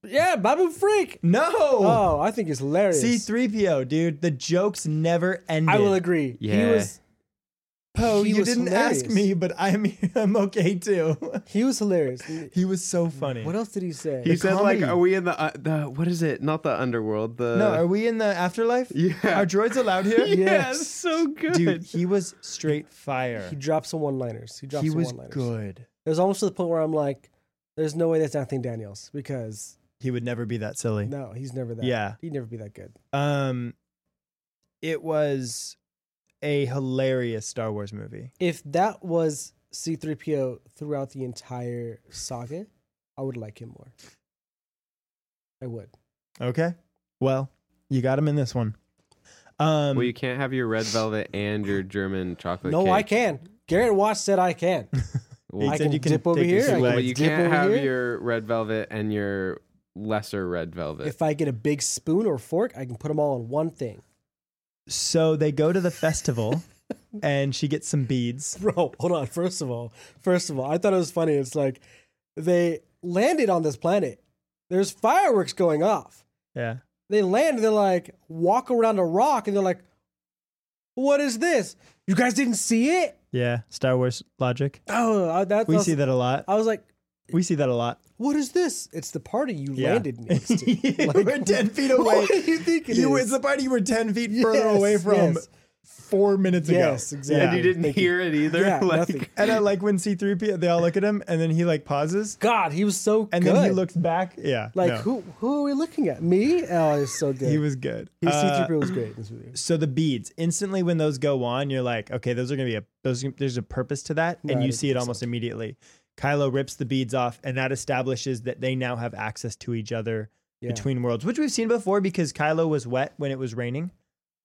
[SPEAKER 2] Yeah, Babu Freak.
[SPEAKER 1] No.
[SPEAKER 2] Oh, I think it's hilarious.
[SPEAKER 1] C3PO, dude. The jokes never ended.
[SPEAKER 2] I will agree. He
[SPEAKER 4] Yeah.
[SPEAKER 2] was
[SPEAKER 1] Poe,
[SPEAKER 2] he
[SPEAKER 1] you
[SPEAKER 2] was
[SPEAKER 1] didn't ask
[SPEAKER 2] hilarious.
[SPEAKER 1] me, but I'm I'm okay too.
[SPEAKER 2] he was hilarious.
[SPEAKER 1] he was so funny.
[SPEAKER 2] What else did he say?
[SPEAKER 4] He
[SPEAKER 1] The
[SPEAKER 4] said,
[SPEAKER 1] comedy.
[SPEAKER 4] "Like, are we in the uh, the what is it? Not the underworld. The
[SPEAKER 1] no, are we in the afterlife?
[SPEAKER 4] yeah,
[SPEAKER 1] Are droids allowed here?
[SPEAKER 4] yeah,
[SPEAKER 2] Yes.
[SPEAKER 4] so good,
[SPEAKER 1] Dude, he was straight fire.
[SPEAKER 2] he dropped some one-liners. He dropped
[SPEAKER 1] He
[SPEAKER 2] some
[SPEAKER 1] was
[SPEAKER 2] one-liners.
[SPEAKER 1] good.
[SPEAKER 2] It was almost to the point where I'm like, "There's no way that's Anthony Daniels because
[SPEAKER 1] He would never be that silly.
[SPEAKER 2] no, he's never that.
[SPEAKER 1] Yeah.
[SPEAKER 2] he'd never be that good.
[SPEAKER 1] Um it was a hilarious Star Wars movie.
[SPEAKER 2] If that was C-3PO throughout the entire saga, I would like him more. I would.
[SPEAKER 1] Okay? Well, you got him in this one. Um
[SPEAKER 4] Well, you can't have your red velvet and your German chocolate.
[SPEAKER 2] no,
[SPEAKER 4] cake.
[SPEAKER 2] I can. Garrett Watch said I can.
[SPEAKER 1] he
[SPEAKER 4] Well,
[SPEAKER 2] I
[SPEAKER 1] said
[SPEAKER 2] can
[SPEAKER 1] you can
[SPEAKER 2] dip over
[SPEAKER 1] take your
[SPEAKER 2] here, I
[SPEAKER 1] two
[SPEAKER 2] can
[SPEAKER 4] well,
[SPEAKER 1] legs.
[SPEAKER 4] you
[SPEAKER 2] dip
[SPEAKER 4] can't
[SPEAKER 2] over
[SPEAKER 4] have
[SPEAKER 2] here.
[SPEAKER 4] your red velvet and your lesser red velvet.
[SPEAKER 2] if I get a big spoon or fork, I can put them all in one thing.
[SPEAKER 1] So they go to the festival and she gets some beads.
[SPEAKER 2] bro hold on first of all first of all i thought it was funny it's like they landed on this planet there's fireworks going off
[SPEAKER 1] Yeah.
[SPEAKER 2] they land and they're like walk around a rock and they're like what is this you guys didn't see it
[SPEAKER 1] Yeah, Star Wars logic.
[SPEAKER 2] oh I- that's
[SPEAKER 1] We see that a lot.
[SPEAKER 2] i was like
[SPEAKER 1] We see that a lot.
[SPEAKER 2] what is this it's the party you
[SPEAKER 1] Yeah.
[SPEAKER 2] landed next to
[SPEAKER 1] You
[SPEAKER 2] Like,
[SPEAKER 1] were 10 feet away.
[SPEAKER 2] what do you think it
[SPEAKER 1] You were-
[SPEAKER 2] is?
[SPEAKER 1] it's the party you were 10 feet further
[SPEAKER 2] Yes,
[SPEAKER 1] away from
[SPEAKER 2] yes.
[SPEAKER 1] four minutes ago.
[SPEAKER 2] Yes, exactly.
[SPEAKER 4] and you didn't
[SPEAKER 2] Thank you.
[SPEAKER 4] hear it either.
[SPEAKER 2] Yeah,
[SPEAKER 4] like,
[SPEAKER 2] nothing.
[SPEAKER 1] And I like when C3P, they all look at him and then he like pauses
[SPEAKER 2] god he was so
[SPEAKER 1] and
[SPEAKER 2] good
[SPEAKER 1] then he looks back. Yeah.
[SPEAKER 2] like
[SPEAKER 1] no,
[SPEAKER 2] who who are we looking at me oh he's so good
[SPEAKER 1] He was good.
[SPEAKER 2] His
[SPEAKER 1] Uh,
[SPEAKER 2] C3PO was great in this movie.
[SPEAKER 1] so the beads instantly when those go on, you're like, okay, those are gonna be a those. There's a purpose to that, and you see it almost immediately. Kylo rips the beads off, and that establishes that they now have access to each other
[SPEAKER 2] Yeah.
[SPEAKER 1] between worlds, which we've seen before because Kylo was wet when it was raining.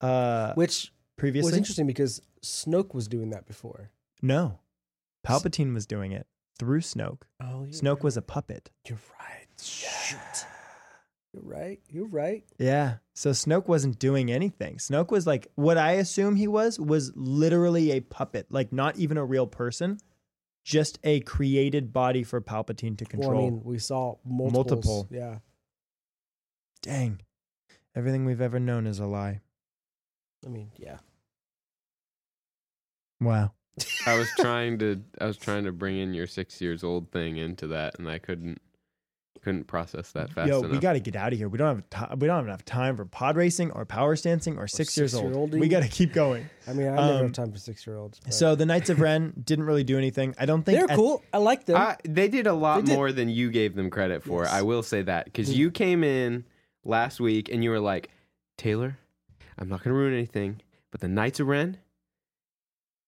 [SPEAKER 1] Uh,
[SPEAKER 2] which was
[SPEAKER 1] previously,
[SPEAKER 2] interesting because Snoke was doing that before.
[SPEAKER 1] no, Palpatine was doing it through Snoke.
[SPEAKER 2] Oh, you're,
[SPEAKER 1] Snoke was a puppet.
[SPEAKER 2] You're right. Shit. You're right. You're right.
[SPEAKER 1] Yeah. So Snoke wasn't doing anything. Snoke was like what I assume he was was literally a puppet, like not even a real person, just a created body for Palpatine to control.
[SPEAKER 2] Well, I mean, we saw multiples.
[SPEAKER 1] Multiple.
[SPEAKER 2] Yeah,
[SPEAKER 1] Dang. Everything we've ever known is a lie.
[SPEAKER 2] I mean, yeah.
[SPEAKER 1] Wow.
[SPEAKER 4] I was trying to I was trying to bring in your six years old thing into that, and I couldn't couldn't process that fast
[SPEAKER 1] Yo,
[SPEAKER 4] enough.
[SPEAKER 1] we got to get out of here. We don't have ti we don't have enough time for pod racing or power stancing or six years old.
[SPEAKER 2] six-year-olding.
[SPEAKER 1] We got to keep going.
[SPEAKER 2] I mean, I never
[SPEAKER 1] Um,
[SPEAKER 2] have time for six year olds.
[SPEAKER 1] So the Knights of Ren didn't really do anything. I don't think
[SPEAKER 2] they're
[SPEAKER 1] at-
[SPEAKER 2] cool. I like them.
[SPEAKER 4] I, they did a lot
[SPEAKER 2] They did-
[SPEAKER 4] more than you gave them credit for.
[SPEAKER 2] Yes. Mm.
[SPEAKER 4] I will say that because you came in last week and you were like, Taylor, I'm not going to ruin anything, but the Knights of Ren,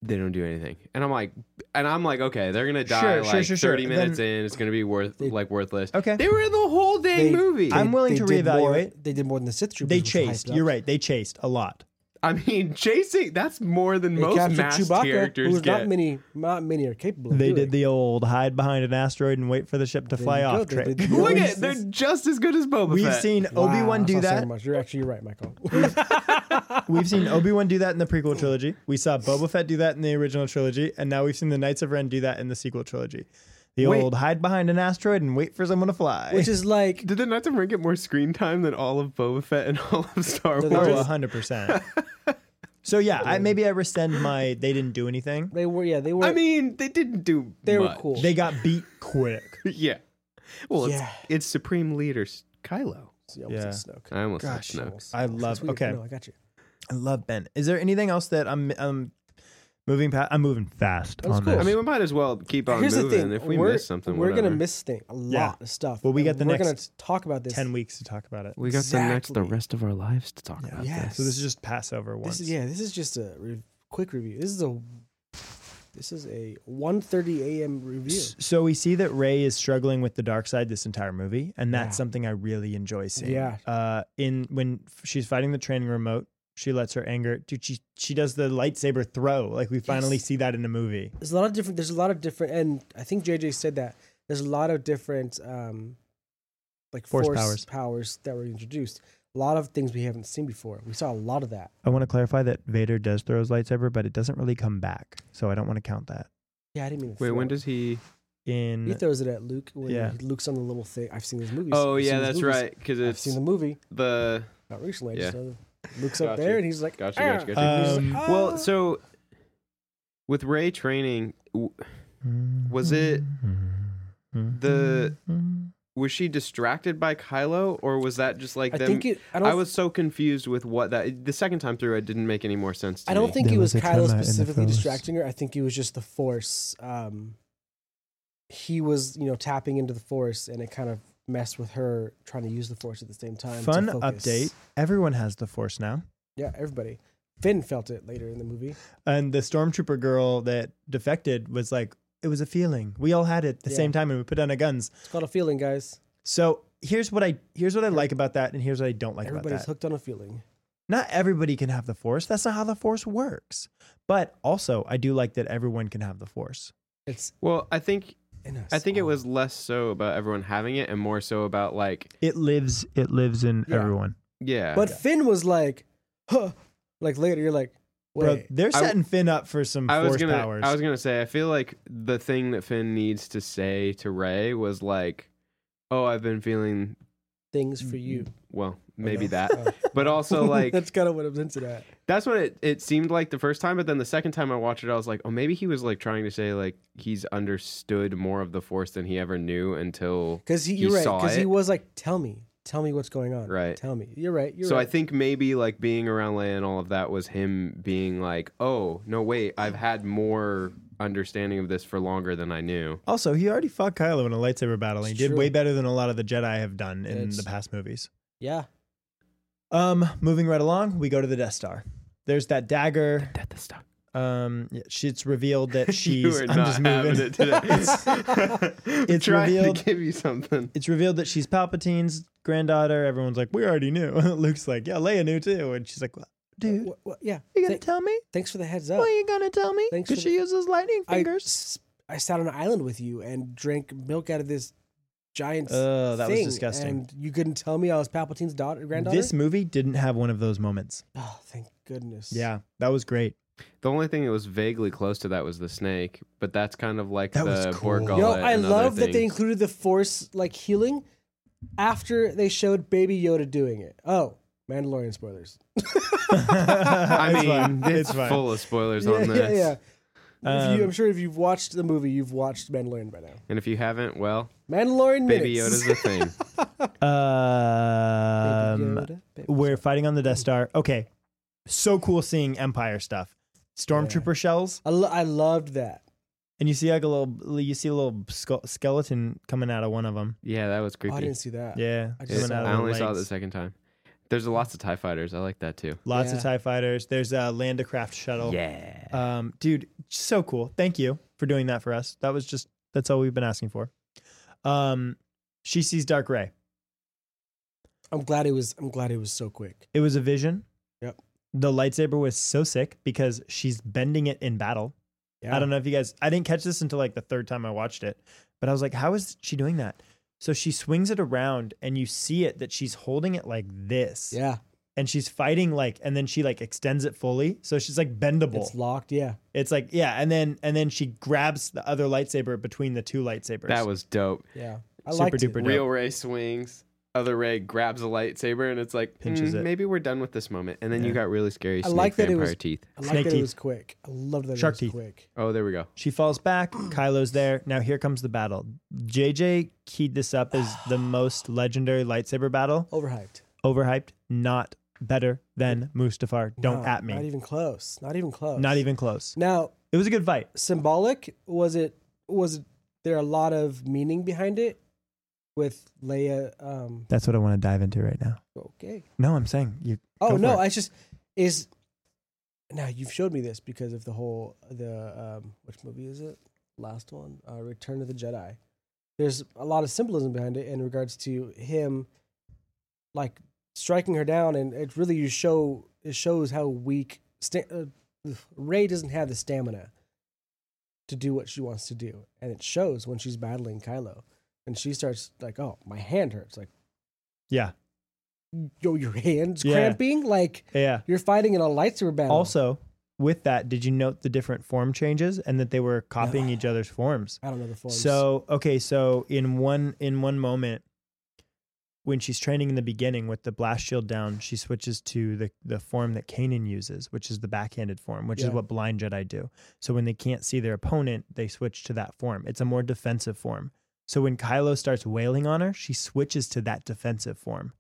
[SPEAKER 4] they don't do anything. And I'm like, and I'm like, okay, they're going to die
[SPEAKER 1] Sure,
[SPEAKER 4] like
[SPEAKER 1] sure, sure, sure.
[SPEAKER 4] 30 minutes
[SPEAKER 1] Then-
[SPEAKER 4] in. It's going to be worth
[SPEAKER 2] They-
[SPEAKER 4] like worthless.
[SPEAKER 1] Okay.
[SPEAKER 4] They were in the whole dang
[SPEAKER 2] They-
[SPEAKER 4] movie.
[SPEAKER 1] I'm willing
[SPEAKER 2] They
[SPEAKER 1] to
[SPEAKER 2] did more-
[SPEAKER 1] reevaluate.
[SPEAKER 2] they did more than the Sith troopers.
[SPEAKER 1] they
[SPEAKER 2] which was hyped
[SPEAKER 1] chased.
[SPEAKER 2] up.
[SPEAKER 1] You're right. They chased a lot.
[SPEAKER 4] I mean, chasing, that's more than
[SPEAKER 2] They
[SPEAKER 4] most
[SPEAKER 2] captured
[SPEAKER 4] masked
[SPEAKER 2] Chewbacca, who
[SPEAKER 4] characters
[SPEAKER 2] was
[SPEAKER 4] get.
[SPEAKER 2] not many, not many are capable. Of
[SPEAKER 1] They
[SPEAKER 2] doing.
[SPEAKER 1] did the old hide behind an asteroid and wait for the ship to
[SPEAKER 2] There
[SPEAKER 1] fly
[SPEAKER 2] you go.
[SPEAKER 1] off
[SPEAKER 2] They-
[SPEAKER 1] trick.
[SPEAKER 2] they-
[SPEAKER 4] Look
[SPEAKER 2] Yours
[SPEAKER 4] at they're
[SPEAKER 2] is-
[SPEAKER 4] just as good as Boba
[SPEAKER 1] We've
[SPEAKER 4] Fett.
[SPEAKER 1] seen
[SPEAKER 2] Wow,
[SPEAKER 1] Obi Wan
[SPEAKER 2] that's
[SPEAKER 1] do
[SPEAKER 2] not saying
[SPEAKER 1] that.
[SPEAKER 2] much. You're actually right, Michael.
[SPEAKER 1] We've seen Obi Wan do that in the prequel trilogy. We saw Boba Fett do that in the original trilogy, and now we've seen the Knights of Ren do that in the sequel trilogy. The
[SPEAKER 4] Wait.
[SPEAKER 1] old hide behind an asteroid and wait for someone to fly.
[SPEAKER 2] Which is like
[SPEAKER 4] Did the Knights of Ren get more screen time than all of Boba Fett and all of Star
[SPEAKER 2] They're
[SPEAKER 4] Wars?
[SPEAKER 2] the
[SPEAKER 1] Oh,
[SPEAKER 2] Just-
[SPEAKER 1] 100%. so, yeah, I, maybe I rescind my they didn't do anything.
[SPEAKER 2] they were. Yeah, they were.
[SPEAKER 4] I mean, they didn't do.
[SPEAKER 2] they were
[SPEAKER 4] much.
[SPEAKER 2] cool.
[SPEAKER 1] They got beat quick.
[SPEAKER 4] yeah. Well,
[SPEAKER 2] Yeah.
[SPEAKER 4] It's, it's Supreme Leader S- Kylo.
[SPEAKER 2] Yeah, what's
[SPEAKER 1] Yeah.
[SPEAKER 2] it, Snoke.
[SPEAKER 4] I almost
[SPEAKER 1] Gosh,
[SPEAKER 4] said Snoke.
[SPEAKER 1] I love,
[SPEAKER 2] That's weird.
[SPEAKER 1] okay,
[SPEAKER 2] No, I got you.
[SPEAKER 1] I love Ben. Is there anything else that I'm, I'm moving past? I'm moving fast
[SPEAKER 2] was
[SPEAKER 1] on
[SPEAKER 2] cool.
[SPEAKER 1] this.
[SPEAKER 4] I mean, we might as well keep on
[SPEAKER 2] Here's the
[SPEAKER 4] moving.
[SPEAKER 2] thing.
[SPEAKER 4] If we
[SPEAKER 2] we're,
[SPEAKER 4] miss something,
[SPEAKER 2] we're
[SPEAKER 4] whatever.
[SPEAKER 2] gonna miss thing a lot
[SPEAKER 1] Yeah.
[SPEAKER 2] of stuff.
[SPEAKER 1] Well, we
[SPEAKER 2] and
[SPEAKER 1] got the
[SPEAKER 2] we're gonna
[SPEAKER 1] next
[SPEAKER 2] talk about this.
[SPEAKER 1] 10 weeks to talk about it.
[SPEAKER 4] We got the next, the
[SPEAKER 2] Exactly.
[SPEAKER 4] rest of our lives to talk about.
[SPEAKER 2] Yes.
[SPEAKER 1] So, this is just Passover once.
[SPEAKER 2] This is yeah. This is just a re- quick review. This is a this is a 1:30 a.m. review.
[SPEAKER 1] S- So we see that Ray is struggling with the dark side this entire movie, and that's
[SPEAKER 2] Yeah.
[SPEAKER 1] something I really enjoy seeing.
[SPEAKER 2] Yeah.
[SPEAKER 1] Uh, in when f- she's fighting the training remote, she lets her anger. Dude, she she does the lightsaber throw. Like we finally
[SPEAKER 2] Yes.
[SPEAKER 1] see that in a movie.
[SPEAKER 2] There's a lot of different. There's a lot of different, and I think JJ said that there's a lot of different, um, like
[SPEAKER 1] Force powers.
[SPEAKER 2] that were introduced. A lot of things we haven't seen before. We saw a lot of that.
[SPEAKER 1] I want to clarify that Vader does throw his lightsaber, but it doesn't really come back, so I don't want to count that.
[SPEAKER 2] Yeah, I didn't mean. to
[SPEAKER 4] Wait,
[SPEAKER 2] throw
[SPEAKER 4] when
[SPEAKER 2] it.
[SPEAKER 4] does he?
[SPEAKER 2] he
[SPEAKER 1] In
[SPEAKER 2] throws it at Luke when
[SPEAKER 1] Yeah.
[SPEAKER 2] Luke's on the little thing? I've seen these movies.
[SPEAKER 4] Oh
[SPEAKER 2] I've seen
[SPEAKER 4] yeah,
[SPEAKER 2] these
[SPEAKER 4] that's
[SPEAKER 2] movies.
[SPEAKER 4] right. Because
[SPEAKER 2] I've
[SPEAKER 4] it's
[SPEAKER 2] seen the movie
[SPEAKER 4] the.
[SPEAKER 2] not recently. I just
[SPEAKER 4] Yeah.
[SPEAKER 2] know Luke's up
[SPEAKER 4] Gotcha.
[SPEAKER 2] there and he's like,
[SPEAKER 4] Gotcha, gotcha,
[SPEAKER 2] "Ah."
[SPEAKER 4] gotcha.
[SPEAKER 2] And he's
[SPEAKER 1] Um,
[SPEAKER 2] like, "Ah."
[SPEAKER 4] Well, so with Ray training, w- was it the- was she distracted by Kylo, or was that just like
[SPEAKER 2] I
[SPEAKER 4] them?
[SPEAKER 2] think it. I don't.
[SPEAKER 4] I, was so confused with what that. The second time through, it didn't make any more sense. To
[SPEAKER 2] I don't
[SPEAKER 4] me.
[SPEAKER 2] think
[SPEAKER 1] There
[SPEAKER 2] it
[SPEAKER 1] was
[SPEAKER 2] was
[SPEAKER 1] a tremor
[SPEAKER 2] Kylo
[SPEAKER 1] in the
[SPEAKER 2] specifically
[SPEAKER 1] force.
[SPEAKER 2] distracting her. I think it was just the Force. Um, he was, you know, tapping into the Force, and it kind of messed with her trying to use the Force at the same time. to
[SPEAKER 1] fun
[SPEAKER 2] focus.
[SPEAKER 1] update? Everyone has the Force now.
[SPEAKER 2] Yeah, everybody. Finn felt it later in the movie.
[SPEAKER 1] And the stormtrooper girl that defected was like, it was a feeling. We all had it at the
[SPEAKER 2] Yeah.
[SPEAKER 1] same time, and we put down our guns.
[SPEAKER 2] It's called a feeling, guys.
[SPEAKER 1] So here's what I here's what I like about that, and here's what I don't like
[SPEAKER 2] Everybody's
[SPEAKER 1] about that.
[SPEAKER 2] hooked on a feeling.
[SPEAKER 1] Not everybody can have the force. That's not how the force works. But also, I do like that everyone can have the force.
[SPEAKER 2] It's
[SPEAKER 4] Well, I think
[SPEAKER 2] in us.
[SPEAKER 4] I think it
[SPEAKER 2] all.
[SPEAKER 4] was less so about everyone having it and more so about like
[SPEAKER 1] It lives. It lives in
[SPEAKER 2] Yeah.
[SPEAKER 1] everyone.
[SPEAKER 4] yeah.
[SPEAKER 2] Oh. But Finn was like, huh. Like later, you're like, wait.
[SPEAKER 1] Bro, they're
[SPEAKER 4] I-
[SPEAKER 1] setting Finn up for some
[SPEAKER 4] I
[SPEAKER 1] force
[SPEAKER 4] was gonna
[SPEAKER 1] powers.
[SPEAKER 4] I was gonna say I feel like the thing that Finn needs to say to Ray was like, "Oh, I've been feeling
[SPEAKER 2] things for you.
[SPEAKER 4] well, maybe
[SPEAKER 2] Okay.
[SPEAKER 4] that."
[SPEAKER 2] Oh.
[SPEAKER 4] But also like
[SPEAKER 2] that's kind of what I'm into that.
[SPEAKER 4] that's what it, it seemed like the first time, but then the second time I watched it, I was like, "Oh, maybe he was like trying to say like he's understood more of the Force than he ever knew until."
[SPEAKER 2] Because he,
[SPEAKER 4] He
[SPEAKER 2] you're right.
[SPEAKER 4] saw
[SPEAKER 2] Because he
[SPEAKER 4] it.
[SPEAKER 2] was like, "Tell me, tell me what's going on."
[SPEAKER 4] Right.
[SPEAKER 2] Tell me. You're right. You're
[SPEAKER 4] so
[SPEAKER 2] right.
[SPEAKER 4] I think maybe like being around Leia and all of that was him being like, "Oh, no, wait, I've had more understanding of this for longer than I knew."
[SPEAKER 1] also, he already fought Kylo in a lightsaber battle, and he
[SPEAKER 2] It's
[SPEAKER 1] did
[SPEAKER 2] true.
[SPEAKER 1] way better than a lot of the Jedi have done in
[SPEAKER 2] It's-
[SPEAKER 1] the past movies.
[SPEAKER 2] yeah.
[SPEAKER 1] Um, moving right along, we go to the Death Star. There's that dagger.
[SPEAKER 4] Death Star.
[SPEAKER 1] Um, yeah, she- it's revealed that she's.
[SPEAKER 4] you are
[SPEAKER 1] I'm
[SPEAKER 4] not
[SPEAKER 1] just
[SPEAKER 4] having
[SPEAKER 1] moving.
[SPEAKER 4] it today.
[SPEAKER 1] it's
[SPEAKER 4] trying to
[SPEAKER 1] revealed-
[SPEAKER 4] give you something.
[SPEAKER 1] it's revealed that she's Palpatine's granddaughter. Everyone's like, we already knew. Luke's like, yeah, Leia knew too. And she's like, "Well, dude,
[SPEAKER 2] Wha- wha- yeah.
[SPEAKER 1] you gonna
[SPEAKER 2] Th-
[SPEAKER 1] tell me?
[SPEAKER 2] thanks for the heads up.
[SPEAKER 1] Well, you gonna tell me?
[SPEAKER 2] Oh. Thanks
[SPEAKER 1] Because
[SPEAKER 2] for
[SPEAKER 1] she uses lightning
[SPEAKER 2] I,
[SPEAKER 1] fingers.
[SPEAKER 2] s- I sat on an island with you and drank milk out of this giant.
[SPEAKER 1] Oh, that was
[SPEAKER 2] thing,
[SPEAKER 1] disgusting.
[SPEAKER 2] And you couldn't tell me I was Palpatine's daughter, granddaughter.
[SPEAKER 1] This movie didn't have one of those moments.
[SPEAKER 2] oh, thank goodness.
[SPEAKER 1] Yeah, that was great.
[SPEAKER 4] The only thing that was vaguely close to that was the snake, but that's kind of like
[SPEAKER 1] That was
[SPEAKER 4] the
[SPEAKER 1] cool.
[SPEAKER 4] Borg
[SPEAKER 1] Yo,
[SPEAKER 2] Yo,
[SPEAKER 4] gullet
[SPEAKER 2] I
[SPEAKER 4] and other
[SPEAKER 2] love that they
[SPEAKER 4] things.
[SPEAKER 2] included the force like healing after they showed Baby Yoda doing it. Oh, Mandalorian spoilers.
[SPEAKER 1] I
[SPEAKER 4] I mean, it's, full of spoilers
[SPEAKER 2] yeah,
[SPEAKER 4] on this.
[SPEAKER 2] yeah, yeah. If you, I'm
[SPEAKER 1] Um,
[SPEAKER 2] sure if you've watched the movie, you've watched Mandalorian by now.
[SPEAKER 4] And if you haven't, well,
[SPEAKER 2] Mandalorian
[SPEAKER 4] Baby
[SPEAKER 2] minutes.
[SPEAKER 4] Yoda's a thing.
[SPEAKER 1] um,
[SPEAKER 2] Baby Yoda, baby
[SPEAKER 1] we're fighting on the Death Star. Okay, so cool seeing Empire stuff, stormtrooper shells,
[SPEAKER 2] I, lo- I loved that.
[SPEAKER 1] and you see like a little, you see a little skull, skeleton coming out of one of them.
[SPEAKER 4] Yeah, that was
[SPEAKER 2] Oh, I
[SPEAKER 4] creepy.
[SPEAKER 2] didn't see that.
[SPEAKER 1] Yeah,
[SPEAKER 2] I just
[SPEAKER 1] coming out
[SPEAKER 2] saw
[SPEAKER 4] It's-
[SPEAKER 1] of
[SPEAKER 2] it.
[SPEAKER 4] I
[SPEAKER 1] the
[SPEAKER 4] only saw it the
[SPEAKER 1] legs.
[SPEAKER 4] second time. There's lots of TIE fighters. I like that too.
[SPEAKER 1] Lots
[SPEAKER 2] Yeah.
[SPEAKER 1] of Tie Fighters. There's a Landa craft shuttle.
[SPEAKER 4] Yeah.
[SPEAKER 1] Um, dude, so cool. Thank you for doing that for us. That was just that's all we've been asking for. Um, she sees Dark Ray.
[SPEAKER 2] I'm glad it was. I'm glad it was so quick.
[SPEAKER 1] It was a vision.
[SPEAKER 2] Yep.
[SPEAKER 1] The lightsaber was so sick because she's bending it in battle.
[SPEAKER 2] Yeah.
[SPEAKER 1] I don't know if you guys I didn't catch this until like the third time I watched it, but I was like, how is she doing that? So she swings it around and you see it that she's holding it like this.
[SPEAKER 2] Yeah,
[SPEAKER 1] And she's fighting like and then she like extends it fully. So she's like bendable.
[SPEAKER 2] it's locked. Yeah,
[SPEAKER 1] It's like yeah, and then and then she grabs the other lightsaber between the two lightsabers.
[SPEAKER 4] That was dope.
[SPEAKER 2] yeah. I
[SPEAKER 1] Super
[SPEAKER 2] liked it.
[SPEAKER 1] duper dope.
[SPEAKER 4] Real Ray swings. Other Ray grabs a lightsaber and it's like
[SPEAKER 1] Pinches
[SPEAKER 4] "Mm,
[SPEAKER 1] it.
[SPEAKER 4] Maybe we're done with this moment. And then you
[SPEAKER 1] Yeah.
[SPEAKER 4] got really scary
[SPEAKER 2] I
[SPEAKER 4] snake
[SPEAKER 2] like that it
[SPEAKER 4] vampire
[SPEAKER 2] was-
[SPEAKER 4] teeth.
[SPEAKER 2] I liked
[SPEAKER 1] Snake
[SPEAKER 2] that it
[SPEAKER 1] teeth.
[SPEAKER 2] was quick. I loved that
[SPEAKER 1] Shark
[SPEAKER 2] it was
[SPEAKER 1] teeth.
[SPEAKER 2] quick.
[SPEAKER 4] Oh, there we go.
[SPEAKER 1] She falls back. Kylo's there. Now here comes the battle. JJ keyed this up as the most legendary lightsaber battle.
[SPEAKER 2] Overhyped.
[SPEAKER 1] Overhyped, not better than Mustafar. Don't
[SPEAKER 2] No,
[SPEAKER 1] at me.
[SPEAKER 2] Not even close. Not even close.
[SPEAKER 1] Not even close.
[SPEAKER 2] Now,
[SPEAKER 1] It was a good fight.
[SPEAKER 2] symbolic was it? Was there a lot of meaning behind it? With Leia, um,
[SPEAKER 1] That's what I want to dive into right now.
[SPEAKER 2] okay.
[SPEAKER 1] No, I'm saying you.
[SPEAKER 2] Oh
[SPEAKER 1] Go for
[SPEAKER 2] no,
[SPEAKER 1] it.
[SPEAKER 2] I just is now you've showed me this because of the whole the um which movie is it? Last one, uh, Return of the Jedi. There's a lot of symbolism behind it in regards to him, like striking her down, and it really you show it shows how weak sta- uh, Ray doesn't have the stamina to do what she wants to do, and it shows when she's battling Kylo, and she starts like, oh, my hand hurts, like
[SPEAKER 1] Yeah,
[SPEAKER 2] yo, your hands
[SPEAKER 1] Yeah.
[SPEAKER 2] cramping, like.
[SPEAKER 1] yeah.
[SPEAKER 2] You're fighting in a lightsaber battle.
[SPEAKER 1] Also, with that, did you note the different form changes and that they were copying each other's forms?
[SPEAKER 2] I don't know the forms.
[SPEAKER 1] So okay, so in one in one moment, when she's training in the beginning with the blast shield down, she switches to the the form that Kanan uses, which is the backhanded form, which
[SPEAKER 2] Yeah.
[SPEAKER 1] is what blind Jedi do. So when they can't see their opponent, they switch to that form. It's a more defensive form. So when Kylo starts wailing on her, she switches to that defensive form,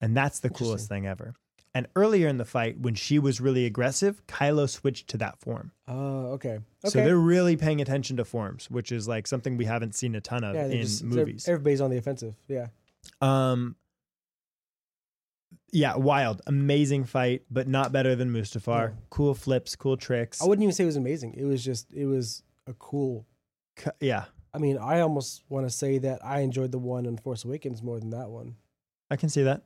[SPEAKER 1] and that's the coolest thing ever. And earlier in the fight, when she was really aggressive, Kylo switched to that form.
[SPEAKER 2] oh, okay, okay.
[SPEAKER 1] So they're really paying attention to forms, which is like something we haven't seen a ton of
[SPEAKER 2] Yeah, they're
[SPEAKER 1] in
[SPEAKER 2] just- they're-
[SPEAKER 1] movies.
[SPEAKER 2] Everybody's on the offensive. Yeah,
[SPEAKER 1] um, yeah, wild, amazing fight, but not better than Mustafar.
[SPEAKER 2] No.
[SPEAKER 1] Cool flips, cool tricks.
[SPEAKER 2] I wouldn't even say it was amazing. It was just it was a cool.
[SPEAKER 1] C- yeah,
[SPEAKER 2] I mean, I almost want to say that I enjoyed the one on Force Awakens more than that one.
[SPEAKER 1] I can see that.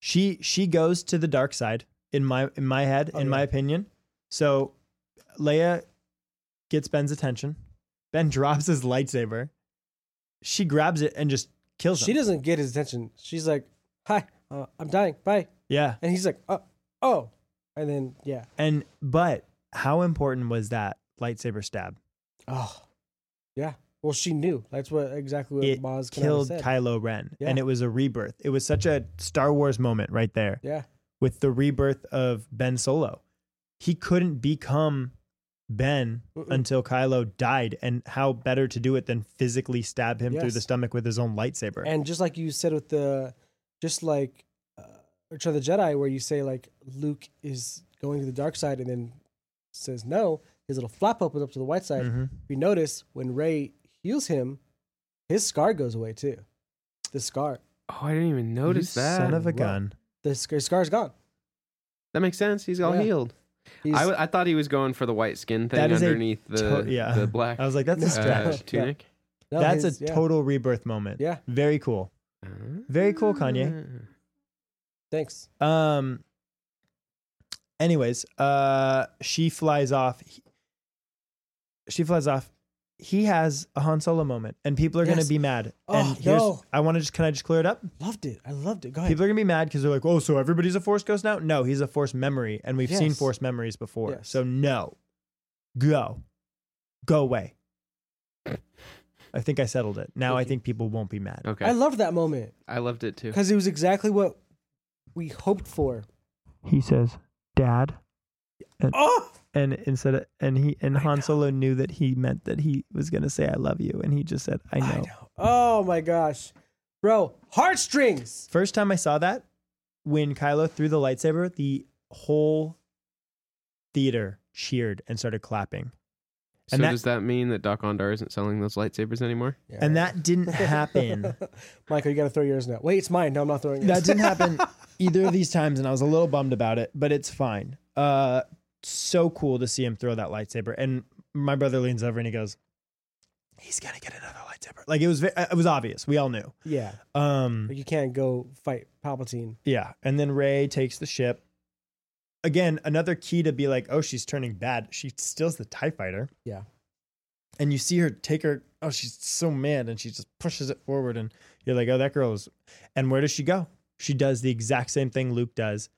[SPEAKER 1] She she goes to the dark side in my in my head,
[SPEAKER 2] Oh,
[SPEAKER 1] in
[SPEAKER 2] yeah.
[SPEAKER 1] my opinion. So Leia gets Ben's attention. Ben drops his lightsaber. She grabs it and just kills him.
[SPEAKER 2] She doesn't get his attention. She's like, "Hi, uh, I'm dying. Bye."
[SPEAKER 1] yeah.
[SPEAKER 2] And he's like, "Oh, oh," and then yeah,
[SPEAKER 1] And but how important was that lightsaber stab?
[SPEAKER 2] oh, yeah. Well, she knew. That's what exactly what
[SPEAKER 1] It
[SPEAKER 2] Maz Kanata
[SPEAKER 1] Killed
[SPEAKER 2] said.
[SPEAKER 1] Kylo Ren,
[SPEAKER 2] Yeah.
[SPEAKER 1] and it was a rebirth. It was such a Star Wars moment right there
[SPEAKER 2] yeah,
[SPEAKER 1] with the rebirth of Ben Solo. He couldn't become Ben
[SPEAKER 2] Mm-mm.
[SPEAKER 1] until Kylo died, and how better to do it than physically stab him through the
[SPEAKER 2] Yes.
[SPEAKER 1] stomach with his own lightsaber?
[SPEAKER 2] And just like you said with the, just like uh, Return of the Jedi, where you say like Luke is going to the dark side and then says no, his little flap opens up to the white side.
[SPEAKER 1] Mhm.
[SPEAKER 2] If you notice when Ray heals him, his scar goes away too. The scar,
[SPEAKER 4] Oh, I didn't even notice
[SPEAKER 1] You
[SPEAKER 4] that.
[SPEAKER 1] son of a
[SPEAKER 2] Wow.
[SPEAKER 1] gun.
[SPEAKER 2] the scar, scar's gone.
[SPEAKER 4] that makes sense. He's all
[SPEAKER 2] Yeah.
[SPEAKER 4] healed.
[SPEAKER 2] He's,
[SPEAKER 4] I, w- I thought he was going for the white skin thing
[SPEAKER 1] That is a
[SPEAKER 4] underneath the,
[SPEAKER 1] To- yeah,
[SPEAKER 4] the black
[SPEAKER 1] I was like, that's a
[SPEAKER 2] No.
[SPEAKER 4] uh,
[SPEAKER 1] stretch.
[SPEAKER 2] Yeah.
[SPEAKER 4] tunic.
[SPEAKER 2] no,
[SPEAKER 1] that's
[SPEAKER 2] his-
[SPEAKER 1] a
[SPEAKER 2] yeah,
[SPEAKER 1] total rebirth moment.
[SPEAKER 2] Yeah. Mm.
[SPEAKER 1] very cool. Very cool, Kanye.
[SPEAKER 2] Thanks.
[SPEAKER 1] Um. Anyways, uh, she flies off. He- She flies off. He has a Han Solo moment, and people are gonna
[SPEAKER 2] Yes.
[SPEAKER 1] be mad.
[SPEAKER 2] Oh,
[SPEAKER 1] and here's,
[SPEAKER 2] no.
[SPEAKER 1] I want to just can I just clear it up?
[SPEAKER 2] Loved it. I loved it. Go ahead.
[SPEAKER 1] People are gonna be mad because they're like, oh, so everybody's a Force ghost now? No, he's a Force memory, and we've seen
[SPEAKER 2] Yes.
[SPEAKER 1] Force memories before.
[SPEAKER 2] Yes.
[SPEAKER 1] So no, go, go away. I think I settled it. Now I
[SPEAKER 2] Thank you.
[SPEAKER 1] think people won't be mad.
[SPEAKER 4] Ah. Okay.
[SPEAKER 2] I loved that moment
[SPEAKER 4] I loved it too.
[SPEAKER 2] because it was exactly what we hoped for.
[SPEAKER 1] He says, "Dad."
[SPEAKER 2] Oh,
[SPEAKER 1] and instead of, and he and
[SPEAKER 2] I
[SPEAKER 1] Han
[SPEAKER 2] know.
[SPEAKER 1] Solo knew that he meant that he was gonna say I love you, and he just said I know.
[SPEAKER 2] I know. Oh my gosh, bro, heartstrings.
[SPEAKER 1] First time I saw that, when Kylo threw the lightsaber, the whole theater cheered and started clapping,
[SPEAKER 4] So
[SPEAKER 1] And that-
[SPEAKER 4] does that mean that Doc Ondar isn't selling those lightsabers anymore?
[SPEAKER 1] and that didn't happen.
[SPEAKER 2] Michael, you gotta throw yours now. Wait, it's mine. No, I'm not throwing it.
[SPEAKER 1] that didn't happen either of these times, and I was a little bummed about it, but it's fine. Uh, so cool to see him throw that lightsaber, and my brother leans over and he goes, "He's gonna get another lightsaber." Like it was, ve- it was obvious. We all knew.
[SPEAKER 2] yeah,
[SPEAKER 1] Um,
[SPEAKER 2] but you can't go fight Palpatine.
[SPEAKER 1] yeah, and then Ray takes the ship. Again, another key to be like, oh, she's turning bad. She steals the Tie Fighter.
[SPEAKER 2] Yeah.
[SPEAKER 1] and you see her take her. Oh, she's so mad, and she just pushes it forward, and you're like, oh, that girl is. And where does she go? She does the exact same thing Luke does,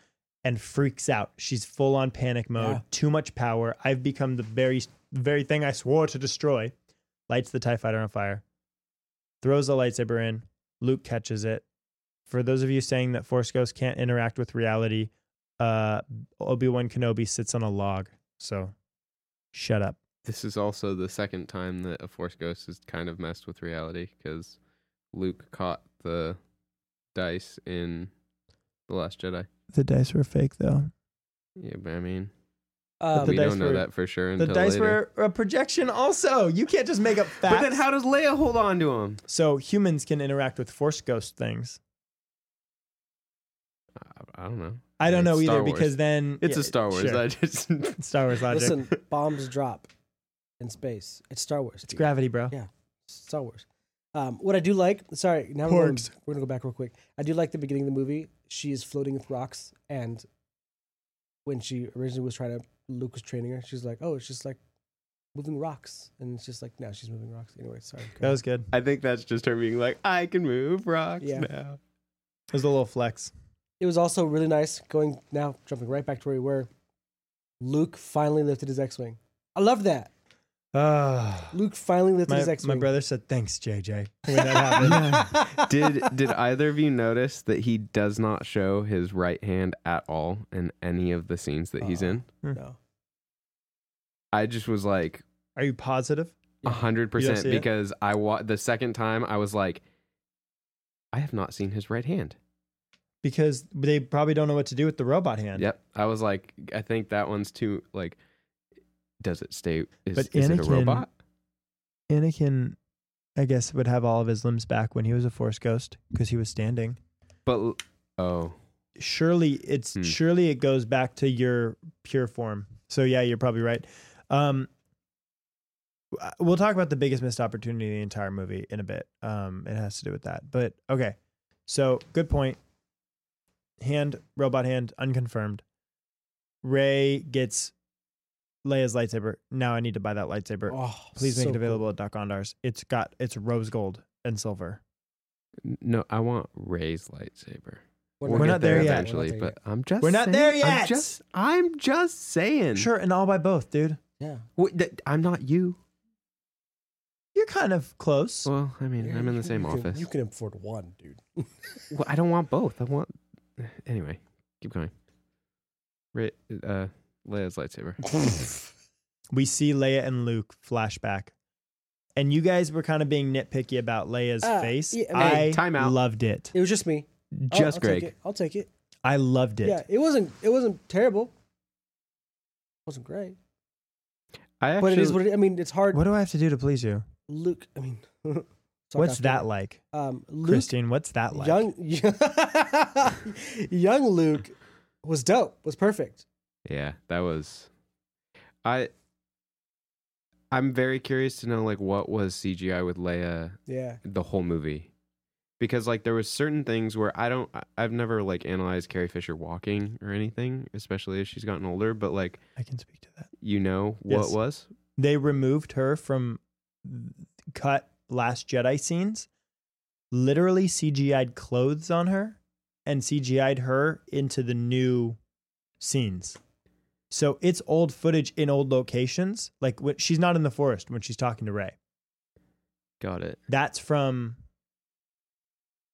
[SPEAKER 1] and freaks out. She's full on panic mode.
[SPEAKER 2] Yeah.
[SPEAKER 1] Too much power. I've become the very very thing I swore to destroy. Lights the Tie Fighter on fire. Throws the lightsaber in. Luke catches it. For those of you saying that Force Ghosts can't interact with reality, uh, Obi Wan Kenobi sits on a log. So, shut up.
[SPEAKER 4] This is also the second time that a Force Ghost has kind of messed with reality because Luke caught the dice in The Last Jedi.
[SPEAKER 1] The dice were fake, though.
[SPEAKER 4] Yeah, but I mean,
[SPEAKER 1] But
[SPEAKER 2] Um,
[SPEAKER 1] Uh, the
[SPEAKER 4] we
[SPEAKER 1] dice
[SPEAKER 4] don't know
[SPEAKER 1] were-
[SPEAKER 4] that for sure
[SPEAKER 1] The
[SPEAKER 4] until
[SPEAKER 1] dice
[SPEAKER 4] later.
[SPEAKER 1] were a projection, also. You can't just make up facts.
[SPEAKER 4] But then how does Leia hold on to him?
[SPEAKER 1] so humans can interact with Force Ghost things.
[SPEAKER 4] I, I don't know.
[SPEAKER 1] I don't
[SPEAKER 4] It's
[SPEAKER 1] know
[SPEAKER 4] Star
[SPEAKER 1] either
[SPEAKER 4] Wars.
[SPEAKER 1] because then
[SPEAKER 4] It's
[SPEAKER 1] Yeah,
[SPEAKER 4] a Star Wars.
[SPEAKER 1] sure.
[SPEAKER 4] I just
[SPEAKER 1] Star Wars logic.
[SPEAKER 2] listen, bombs drop in space. It's Star Wars.
[SPEAKER 1] it's
[SPEAKER 2] dude.
[SPEAKER 1] gravity, bro.
[SPEAKER 2] Yeah. Star Wars. Um, what I do like, sorry, now we're going,
[SPEAKER 1] Porgs.
[SPEAKER 2] we're gonna go back real quick. I do like the beginning of the movie. She is floating with rocks, and when she originally was trying to, Luke was training her. She's like, "Oh, it's just like moving rocks," and it's just like, "No, she's moving rocks." Anyway, sorry.
[SPEAKER 1] That was good.
[SPEAKER 4] I think that's just her being like, I can move rocks
[SPEAKER 2] Yeah.
[SPEAKER 4] now.
[SPEAKER 1] It was a little flex.
[SPEAKER 2] it was also really nice going now jumping right back to where we were. Luke finally lifted his X-wing. I love that.
[SPEAKER 1] Ah.
[SPEAKER 2] Luke finally lifted his
[SPEAKER 1] my,
[SPEAKER 2] X-wing.
[SPEAKER 1] my brother said, thanks, JJ. When that happened.
[SPEAKER 4] Did did either of you notice that he does not show his right hand at all in any of the scenes that he's
[SPEAKER 2] Uh-uh.
[SPEAKER 1] Uh-huh.
[SPEAKER 4] in?
[SPEAKER 2] No.
[SPEAKER 4] I just was like
[SPEAKER 1] Are you positive?
[SPEAKER 4] a hundred
[SPEAKER 1] You don't
[SPEAKER 4] percent
[SPEAKER 1] see it?
[SPEAKER 4] because I wa- the second time I was like, I have not seen his right hand.
[SPEAKER 1] because they probably don't know what to do with the robot hand.
[SPEAKER 4] Yep. I was like, I think that one's too like. Does it stay? Is,
[SPEAKER 1] But
[SPEAKER 4] is it a
[SPEAKER 1] Anakin-
[SPEAKER 4] robot?
[SPEAKER 1] Anakin, I guess, would have all of his limbs back when he was a Force ghost because he was standing.
[SPEAKER 4] But l- oh,
[SPEAKER 1] Surely it's
[SPEAKER 4] Hmm.
[SPEAKER 1] surely it goes back to your pure form. So yeah, you're probably right. Um, w- uh, we'll talk about the biggest missed opportunity in the entire movie in a bit. Um, it has to do with that. But okay, so good point. Hand robot hand unconfirmed. Ray gets Leia's lightsaber. Now I need to buy that lightsaber.
[SPEAKER 2] Oh,
[SPEAKER 1] Please make
[SPEAKER 2] so
[SPEAKER 1] it
[SPEAKER 2] cool.
[SPEAKER 1] available at Doc Ondar's. It's got it's rose gold and silver.
[SPEAKER 4] N- no! I want Ray's lightsaber.
[SPEAKER 1] We're
[SPEAKER 4] get
[SPEAKER 1] not there yet.
[SPEAKER 4] eventually,
[SPEAKER 2] We're not there
[SPEAKER 4] but I'm just
[SPEAKER 1] We're not
[SPEAKER 4] saying-
[SPEAKER 1] there
[SPEAKER 4] I'm
[SPEAKER 1] yet!
[SPEAKER 4] just, I'm just saying.
[SPEAKER 1] Sure, and all by both, dude.
[SPEAKER 2] yet.
[SPEAKER 4] Wait, th- I'm not you.
[SPEAKER 1] You're kind of close.
[SPEAKER 4] Well, I
[SPEAKER 2] yeah.
[SPEAKER 4] mean, I'm in the same
[SPEAKER 2] You can-
[SPEAKER 4] office.
[SPEAKER 2] You can afford one, dude.
[SPEAKER 4] Well, I don't want both. I want. Anyway, keep going. Ray, uh, Leia's lightsaber.
[SPEAKER 1] We see Leia and Luke flashback. And you guys were kind of being nitpicky about Leia's
[SPEAKER 2] Uh,
[SPEAKER 1] face.
[SPEAKER 2] yeah, I
[SPEAKER 1] I,
[SPEAKER 2] mean-
[SPEAKER 4] Hey, time out.
[SPEAKER 1] loved it.
[SPEAKER 2] It was just me. I'll-
[SPEAKER 4] Just
[SPEAKER 2] I'll
[SPEAKER 4] Greg.
[SPEAKER 2] Take it. I'll take it.
[SPEAKER 1] I loved it.
[SPEAKER 2] Yeah, it wasn't. It wasn't terrible. It wasn't great,
[SPEAKER 4] I actually,
[SPEAKER 2] but it is what it, I mean. It's hard.
[SPEAKER 1] What do I have to do to please you?
[SPEAKER 2] Luke. I mean, talk
[SPEAKER 1] What's
[SPEAKER 2] after
[SPEAKER 1] that
[SPEAKER 2] me.
[SPEAKER 1] like?
[SPEAKER 2] Um, Luke
[SPEAKER 1] Christine, what's that like?
[SPEAKER 2] young young Luke was dope. Was perfect.
[SPEAKER 4] yeah, that was. I. I'm very curious to know like what was CGI with Leia
[SPEAKER 2] Yeah.
[SPEAKER 4] the whole movie because like there was certain things where i don't I- i've never like analyzed carrie fisher walking or anything especially as she's gotten older but like
[SPEAKER 1] I can speak to that.
[SPEAKER 4] you know what
[SPEAKER 1] Yes.
[SPEAKER 4] was
[SPEAKER 1] They removed her from cut Last Jedi scenes, literally CGI'd clothes on her and CGI'd her into the new scenes. So it's old footage in old locations. Like when, she's not in the forest when she's talking to Ray.
[SPEAKER 4] got it
[SPEAKER 1] That's from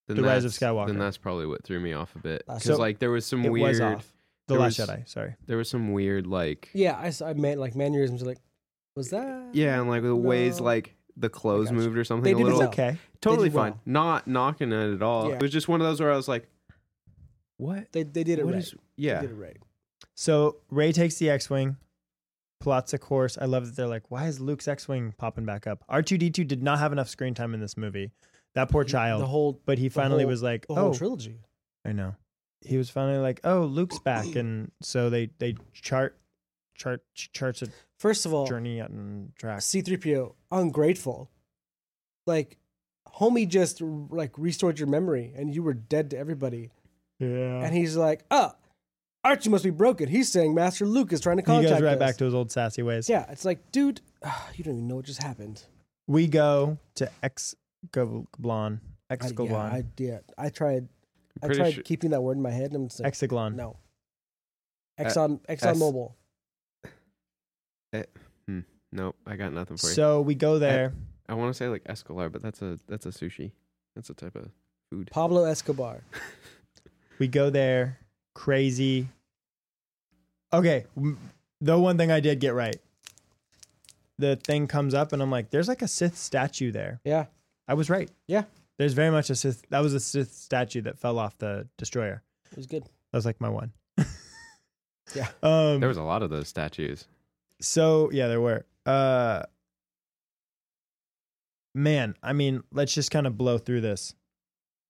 [SPEAKER 4] then
[SPEAKER 1] The Rise of
[SPEAKER 4] that's-
[SPEAKER 1] Skywalker.
[SPEAKER 4] then that's probably what threw me off a bit
[SPEAKER 2] Last
[SPEAKER 4] because
[SPEAKER 1] So,
[SPEAKER 4] like there was some
[SPEAKER 1] it
[SPEAKER 4] weird
[SPEAKER 1] was off. The
[SPEAKER 4] There
[SPEAKER 1] Last
[SPEAKER 4] was-
[SPEAKER 1] Jedi. Sorry.
[SPEAKER 4] There was some weird like yeah,
[SPEAKER 2] Yeah, I, s- I meant like mannerisms. Like, was that?
[SPEAKER 4] and like the ways
[SPEAKER 2] No.
[SPEAKER 4] like the clothes
[SPEAKER 2] gotcha.
[SPEAKER 4] moved or something
[SPEAKER 2] They
[SPEAKER 4] a
[SPEAKER 2] did
[SPEAKER 1] It's
[SPEAKER 4] little.
[SPEAKER 2] well.
[SPEAKER 1] okay.
[SPEAKER 4] Totally
[SPEAKER 2] did well.
[SPEAKER 4] fine. Not knocking it at all.
[SPEAKER 2] Yeah.
[SPEAKER 4] It was just one of those where I was like, what?
[SPEAKER 2] They they did it
[SPEAKER 4] What
[SPEAKER 2] right.
[SPEAKER 4] is- yeah.
[SPEAKER 2] They did it right.
[SPEAKER 1] So Ray takes the X-wing, plots a course. I love that they're like, why is Luke's X-wing popping back up? R2D2 did not have enough screen time in this movie. That poor child.
[SPEAKER 2] The whole
[SPEAKER 1] but he finally
[SPEAKER 2] whole-
[SPEAKER 1] was like,
[SPEAKER 2] the
[SPEAKER 1] oh,
[SPEAKER 2] whole trilogy.
[SPEAKER 1] I know. He was finally like, oh, Luke's back, and so they they chart chart ch- charts a
[SPEAKER 2] First of all,
[SPEAKER 1] journey out and track.
[SPEAKER 2] C3PO ungrateful. Like, homie just like restored your memory, and you were dead to everybody.
[SPEAKER 1] Yeah.
[SPEAKER 2] And he's like, oh, Archie must be broken. He's saying Master Luke is trying to
[SPEAKER 1] He
[SPEAKER 2] contact
[SPEAKER 1] goes right
[SPEAKER 2] us.
[SPEAKER 1] back to his old sassy ways.
[SPEAKER 2] Yeah, it's like, dude, ah, you don't even know what just happened.
[SPEAKER 1] We go to X Goblon.
[SPEAKER 2] I,
[SPEAKER 1] Ex
[SPEAKER 2] yeah, I, yeah, I tried. I
[SPEAKER 4] Pretty
[SPEAKER 2] tried
[SPEAKER 4] sure-
[SPEAKER 2] keeping that word in my head. And I'm just like,
[SPEAKER 1] Exaglon.
[SPEAKER 2] no. Exxon Exxon
[SPEAKER 4] S-
[SPEAKER 2] Mobil.
[SPEAKER 4] Nope, I got nothing for you.
[SPEAKER 1] So we go there.
[SPEAKER 4] I want to say like Escalar, but that's a that's a sushi. That's a type of food.
[SPEAKER 2] Pablo Escobar.
[SPEAKER 1] We go there. Crazy. Okay. m- The one thing I did get right. The thing comes up, and I'm like, there's like a Sith statue there.
[SPEAKER 2] Yeah.
[SPEAKER 1] I was right.
[SPEAKER 2] Yeah.
[SPEAKER 1] There's very much a Sith. That was a Sith statue that fell off the destroyer.
[SPEAKER 2] It was good.
[SPEAKER 1] That was like my one.
[SPEAKER 2] Yeah.
[SPEAKER 1] Um,
[SPEAKER 4] There was a lot of those statues.
[SPEAKER 1] so yeah, there were. Uh, man, I mean, let's just kind of blow through this.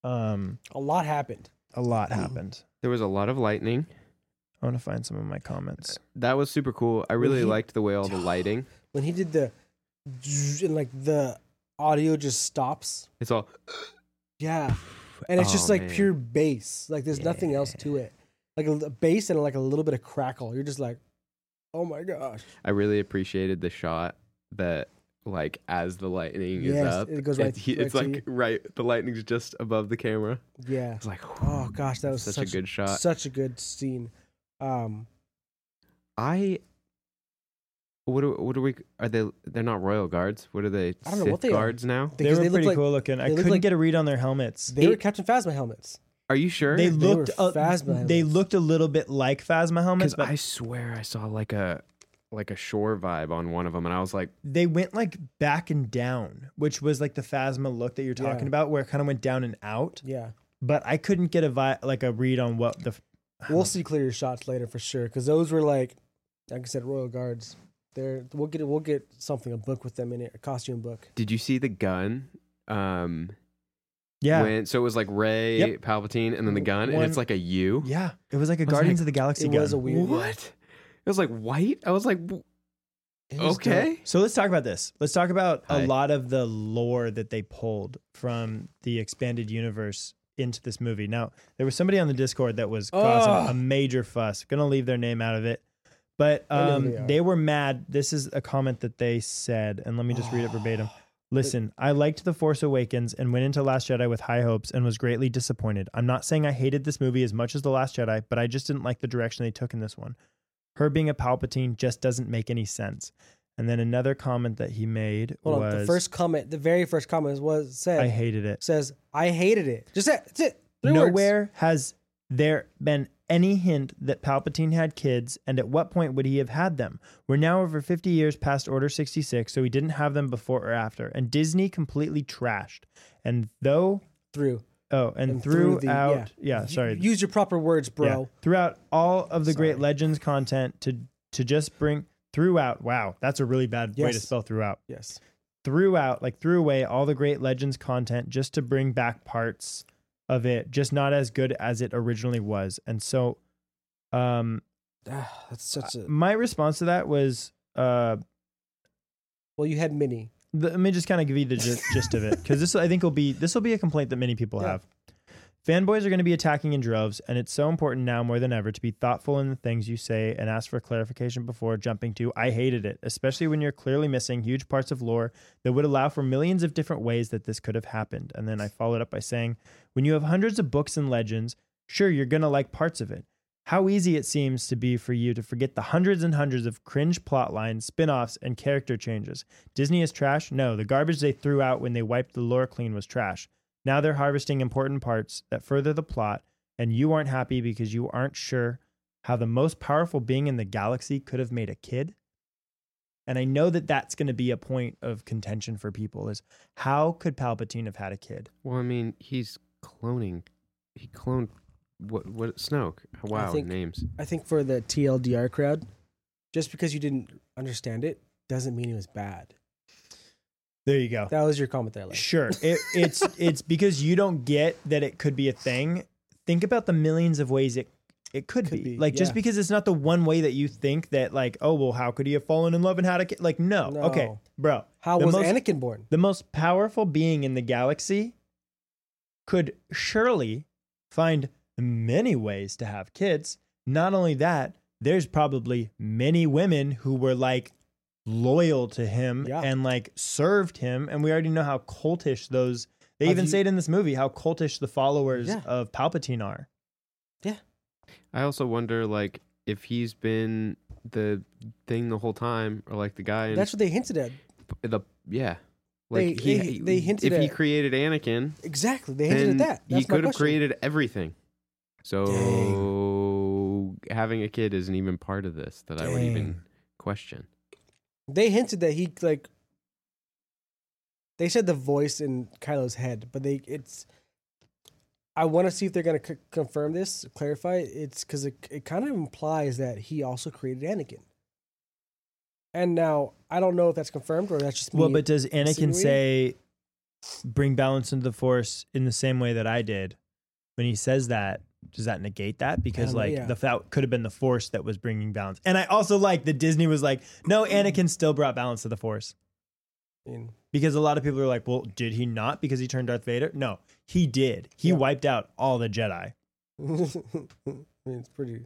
[SPEAKER 1] Um,
[SPEAKER 2] A lot happened.
[SPEAKER 1] a lot happened.
[SPEAKER 4] There was a lot of lightning.
[SPEAKER 1] I want to find some of my comments.
[SPEAKER 4] That was super cool. I
[SPEAKER 2] When
[SPEAKER 4] really
[SPEAKER 2] he-
[SPEAKER 4] liked the way all the lighting.
[SPEAKER 2] When he did the zzz, and like the audio just stops.
[SPEAKER 4] It's all
[SPEAKER 2] Yeah. And it's just
[SPEAKER 4] Oh,
[SPEAKER 2] like
[SPEAKER 4] man.
[SPEAKER 2] pure bass. Like there's nothing else to it. Like a, l- bass and like a little bit of crackle. You're just like, oh my gosh.
[SPEAKER 4] I really appreciated the shot that like as the lightning is
[SPEAKER 2] Yes,
[SPEAKER 4] up,
[SPEAKER 2] it goes right-
[SPEAKER 4] he- it's
[SPEAKER 2] right to
[SPEAKER 4] like right. The lightning's just above the camera.
[SPEAKER 2] Yeah.
[SPEAKER 4] It's like
[SPEAKER 2] Oh gosh, that was
[SPEAKER 4] such, a good shot.
[SPEAKER 2] Such a good scene. Um,
[SPEAKER 4] I. What are, what are we? Are they? They're not royal guards. What are they?
[SPEAKER 2] I don't know
[SPEAKER 4] Sith
[SPEAKER 2] what they are.
[SPEAKER 4] guards now.
[SPEAKER 1] They
[SPEAKER 2] because
[SPEAKER 1] were
[SPEAKER 2] looked
[SPEAKER 1] pretty
[SPEAKER 2] like-
[SPEAKER 1] cool looking. I
[SPEAKER 2] they look
[SPEAKER 1] couldn't
[SPEAKER 2] like-
[SPEAKER 1] get a read on their helmets.
[SPEAKER 2] They were Captain Phasma helmets.
[SPEAKER 4] Are you sure?
[SPEAKER 1] They
[SPEAKER 2] they
[SPEAKER 1] looked
[SPEAKER 2] were
[SPEAKER 1] a-
[SPEAKER 2] Phasma
[SPEAKER 1] they
[SPEAKER 2] helmets.
[SPEAKER 1] looked a little bit like Phasma helmets,
[SPEAKER 4] Because
[SPEAKER 1] but
[SPEAKER 4] I swear I saw like a like a shore vibe on one of them, and I was like,
[SPEAKER 1] they went like back and down, which was like the Phasma look that you're talking
[SPEAKER 2] Yeah.
[SPEAKER 1] about, where it kind of went down and out.
[SPEAKER 2] Yeah.
[SPEAKER 1] But I couldn't get a vi- like a read on what the. f- I
[SPEAKER 2] We'll
[SPEAKER 1] don't-
[SPEAKER 2] see clearer shots later for sure, because those were like, like I said, royal guards. They're we'll get we'll get something a book with them in it, a costume book.
[SPEAKER 4] "Did you see the gun?" Um,
[SPEAKER 1] yeah,
[SPEAKER 4] when- so it was like Ray,
[SPEAKER 1] Yep.
[SPEAKER 4] Palpatine, and then the gun, and
[SPEAKER 1] One-
[SPEAKER 4] it's like a U.
[SPEAKER 1] yeah. It was like a
[SPEAKER 4] was
[SPEAKER 1] Guardians
[SPEAKER 4] like-
[SPEAKER 1] of the Galaxy
[SPEAKER 2] It
[SPEAKER 1] gun.
[SPEAKER 2] was a weird.
[SPEAKER 4] What? It was like white. I was like, w-
[SPEAKER 2] It was dope.
[SPEAKER 4] okay.
[SPEAKER 1] so let's talk about this. Let's talk about
[SPEAKER 4] Hi.
[SPEAKER 1] a lot of the lore that they pulled from the expanded universe into this movie. Now, there was somebody on the Discord that was causing
[SPEAKER 2] Ugh.
[SPEAKER 1] a major fuss. Gonna leave their name out of it. But
[SPEAKER 2] I know who
[SPEAKER 1] um,
[SPEAKER 2] they are.
[SPEAKER 1] they were mad. This is a comment that they said, and let me just read
[SPEAKER 2] Ah.
[SPEAKER 1] it verbatim. Listen, I liked The Force Awakens and went into Last Jedi with high hopes and was greatly disappointed. I'm not saying I hated this movie as much as The Last Jedi, but I just didn't like the direction they took in this one. Her being a Palpatine just doesn't make any sense. And then another comment that he made
[SPEAKER 2] Hold
[SPEAKER 1] was
[SPEAKER 2] on. The first comment, the very first comment was said
[SPEAKER 1] I hated it.
[SPEAKER 2] says I hated it. Just that. That's it. Three words.
[SPEAKER 1] Nowhere has there been any hint that Palpatine had kids, and at what point would he have had them? We're now over 50 years past Order 66, so he didn't have them before or after. And Disney completely trashed. And though,
[SPEAKER 2] through.
[SPEAKER 1] oh, and,
[SPEAKER 2] And through
[SPEAKER 1] throughout,
[SPEAKER 2] the-
[SPEAKER 1] yeah.
[SPEAKER 2] Y-
[SPEAKER 1] sorry,
[SPEAKER 2] Use your proper words,
[SPEAKER 1] yeah,
[SPEAKER 2] bro.
[SPEAKER 1] throughout all of the great
[SPEAKER 2] Sorry.
[SPEAKER 1] legends content to to just bring throughout. Wow, that's a really bad way to
[SPEAKER 2] Yes.
[SPEAKER 1] spell throughout
[SPEAKER 2] Yes.
[SPEAKER 1] threw out like threw away all the great legends content just to bring back parts of it just not as good as it originally was and so um
[SPEAKER 2] Ah, that's such a.
[SPEAKER 1] my response to that was uh
[SPEAKER 2] Well, you had many.
[SPEAKER 1] the, let me just kind of give you the gist, gist of it because this i think will be this will be a complaint that many people
[SPEAKER 2] Yeah.
[SPEAKER 1] have fanboys are going to be attacking in droves and it's so important now more than ever to be thoughtful in the things you say and ask for clarification before jumping to i hated it especially when you're clearly missing huge parts of lore that would allow for millions of different ways that this could have happened and then i followed up by saying when you have hundreds of books and legends sure you're going to like parts of it how easy it seems to be for you to forget the hundreds and hundreds of cringe plot lines, spin offs, and character changes. Disney is trash? No, the garbage they threw out when they wiped the lore clean was trash. Now they're harvesting important parts that further the plot, and you aren't happy because you aren't sure how the most powerful being in the galaxy could have made a kid. And I know that that's going to be a point of contention for people is how could Palpatine have had a kid?
[SPEAKER 4] Well, I mean, he's cloning. He cloned what? What? Snoke. Wow,
[SPEAKER 2] think-
[SPEAKER 4] names.
[SPEAKER 2] I think for the TLDR crowd, just because you didn't understand it doesn't mean it was bad.
[SPEAKER 1] There you go.
[SPEAKER 2] That was your comment there, like.
[SPEAKER 1] Sure. It, it's it's because you don't get that it could be a thing. Think about the millions of ways it it could,
[SPEAKER 2] Could
[SPEAKER 1] be.
[SPEAKER 2] be,
[SPEAKER 1] Like just
[SPEAKER 2] yeah.
[SPEAKER 1] because it's not the one way that you think that like, oh well, how could he have fallen in love and had a kid? Like, no. Okay,
[SPEAKER 2] No.
[SPEAKER 1] bro.
[SPEAKER 2] How
[SPEAKER 1] the
[SPEAKER 2] was
[SPEAKER 1] most-
[SPEAKER 2] Anakin born?
[SPEAKER 1] The most powerful being in the galaxy could surely find many ways to have kids. Not only that, there's probably many women who were like loyal to him
[SPEAKER 2] Yeah.
[SPEAKER 1] and like served him. And we already know how cultish those, they
[SPEAKER 2] Have
[SPEAKER 1] even
[SPEAKER 2] you-
[SPEAKER 1] say it in this movie, how cultish the followers
[SPEAKER 2] Yeah.
[SPEAKER 1] of Palpatine are.
[SPEAKER 4] I also wonder, like, if he's been the thing the whole time, or like the guy. In
[SPEAKER 2] That's what they hinted at.
[SPEAKER 4] the yeah.
[SPEAKER 2] They-
[SPEAKER 4] Like he,
[SPEAKER 2] they- they hinted
[SPEAKER 4] if he
[SPEAKER 2] at-
[SPEAKER 4] created Anakin,
[SPEAKER 2] Exactly. They hinted
[SPEAKER 4] then
[SPEAKER 2] at that. That's
[SPEAKER 4] he could
[SPEAKER 2] my
[SPEAKER 4] have
[SPEAKER 2] question.
[SPEAKER 4] created everything. So having a kid isn't even part of this that I would even
[SPEAKER 1] Dang.
[SPEAKER 4] question.
[SPEAKER 2] They hinted that he like. They said the voice in Kylo's head, but they it's. I want to see if they're gonna c- confirm this, clarify. it. It's because it it kind of implies that he also created Anakin. And now I don't know if that's confirmed or that's just me.
[SPEAKER 1] Well, but does Anakin
[SPEAKER 2] insinuating?
[SPEAKER 1] say, bring balance into the force in the same way that I did? When he says that, does that negate that? Because
[SPEAKER 2] don't know,
[SPEAKER 1] like
[SPEAKER 2] yeah.
[SPEAKER 1] the that could have been the force that was bringing balance. And I also like that Disney was like, no, Anakin still brought balance to the force.
[SPEAKER 2] I mean,
[SPEAKER 1] Because a lot of people are like, well, did he not? Because he turned Darth Vader? No, he did. He
[SPEAKER 2] Yeah.
[SPEAKER 1] wiped out all the Jedi.
[SPEAKER 2] I mean, it's pretty.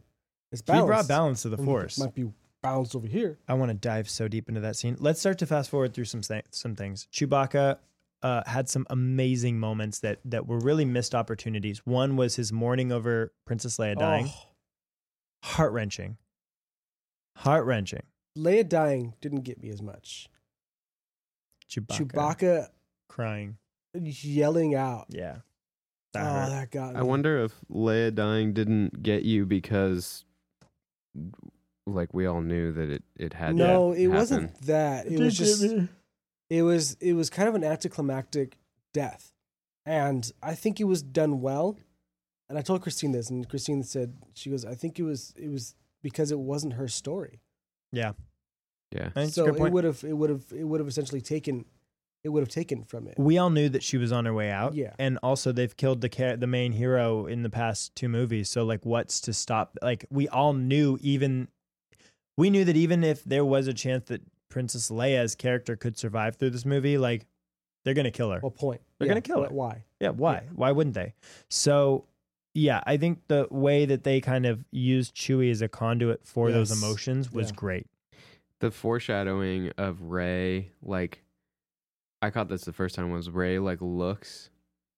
[SPEAKER 2] It's
[SPEAKER 1] He brought
[SPEAKER 2] balanced.
[SPEAKER 1] balance to the
[SPEAKER 2] Mm,
[SPEAKER 1] force.
[SPEAKER 2] Might be balanced over here.
[SPEAKER 1] I want to dive so deep into that scene. Let's start to fast forward through some th- some things. Chewbacca uh, had some amazing moments that that were really missed opportunities. One was his mourning over Princess Leia dying,
[SPEAKER 2] Oh,
[SPEAKER 1] heart wrenching, heart wrenching.
[SPEAKER 2] Leia dying didn't get me as much.
[SPEAKER 1] Chewbacca,
[SPEAKER 2] Chewbacca
[SPEAKER 1] crying.
[SPEAKER 2] yelling out.
[SPEAKER 1] Yeah,
[SPEAKER 2] oh,
[SPEAKER 1] that hurt.
[SPEAKER 2] that got me.
[SPEAKER 4] I wonder if Leia dying didn't get you because, like, we all knew that it it had. to
[SPEAKER 2] No, it
[SPEAKER 4] happen.
[SPEAKER 2] wasn't that. It was just it was it was kind of an anticlimactic death. And I think it was done well. And I told Christine this and Christine said she goes, I think it was it was because it wasn't her story.
[SPEAKER 4] Yeah.
[SPEAKER 1] I think it's a
[SPEAKER 2] so
[SPEAKER 1] good
[SPEAKER 2] it
[SPEAKER 1] point.
[SPEAKER 2] would have it would have it would have essentially taken it would have taken from it.
[SPEAKER 1] we all knew that she was on her way out.
[SPEAKER 2] Yeah.
[SPEAKER 1] And also, they've killed the ca- the main hero in the past two movies. So, like, what's to stop? Like, we all knew, even we knew that even if there was a chance that Princess Leia's character could survive through this movie, like, they're gonna kill her.
[SPEAKER 2] What point?
[SPEAKER 1] They're gonna kill
[SPEAKER 2] wh-
[SPEAKER 1] her.
[SPEAKER 2] Why?
[SPEAKER 1] yeah. Why?
[SPEAKER 2] yeah.
[SPEAKER 1] Why wouldn't they? So. Yeah, I think the way that they kind of used Chewie as a conduit for those
[SPEAKER 2] Yes.
[SPEAKER 1] emotions was
[SPEAKER 2] Yeah.
[SPEAKER 1] great.
[SPEAKER 4] the foreshadowing of Ray, like I caught this the first time was Ray like looks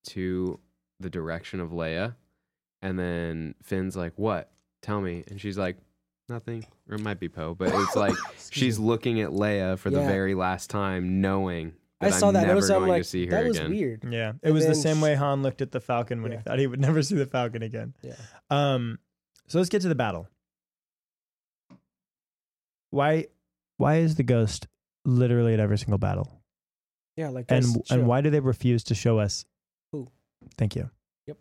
[SPEAKER 4] to the direction of Leia, and then Finn's like, "What? Tell me." And she's like, "Nothing." Or it might be Poe, but it's like she's looking at Leia for the
[SPEAKER 2] Yeah.
[SPEAKER 4] very last time, knowing
[SPEAKER 2] I
[SPEAKER 4] that
[SPEAKER 2] saw
[SPEAKER 4] I'm
[SPEAKER 2] that. and I
[SPEAKER 4] never
[SPEAKER 2] was
[SPEAKER 4] going
[SPEAKER 2] I'm like,
[SPEAKER 4] to see her
[SPEAKER 2] that was
[SPEAKER 4] again.
[SPEAKER 2] weird.
[SPEAKER 1] Yeah, it
[SPEAKER 2] And
[SPEAKER 1] was the
[SPEAKER 2] then
[SPEAKER 1] same
[SPEAKER 2] sh-
[SPEAKER 1] way Han looked at the Falcon when
[SPEAKER 2] Yeah.
[SPEAKER 1] he thought he would never see the Falcon again.
[SPEAKER 2] Yeah.
[SPEAKER 1] Um, so let's get to the battle. Why, why is the ghost literally at every single battle,
[SPEAKER 2] Yeah, like
[SPEAKER 1] and
[SPEAKER 2] us, chill.
[SPEAKER 1] and why do they refuse to show us?
[SPEAKER 2] Who?
[SPEAKER 1] Thank you.
[SPEAKER 2] Yep.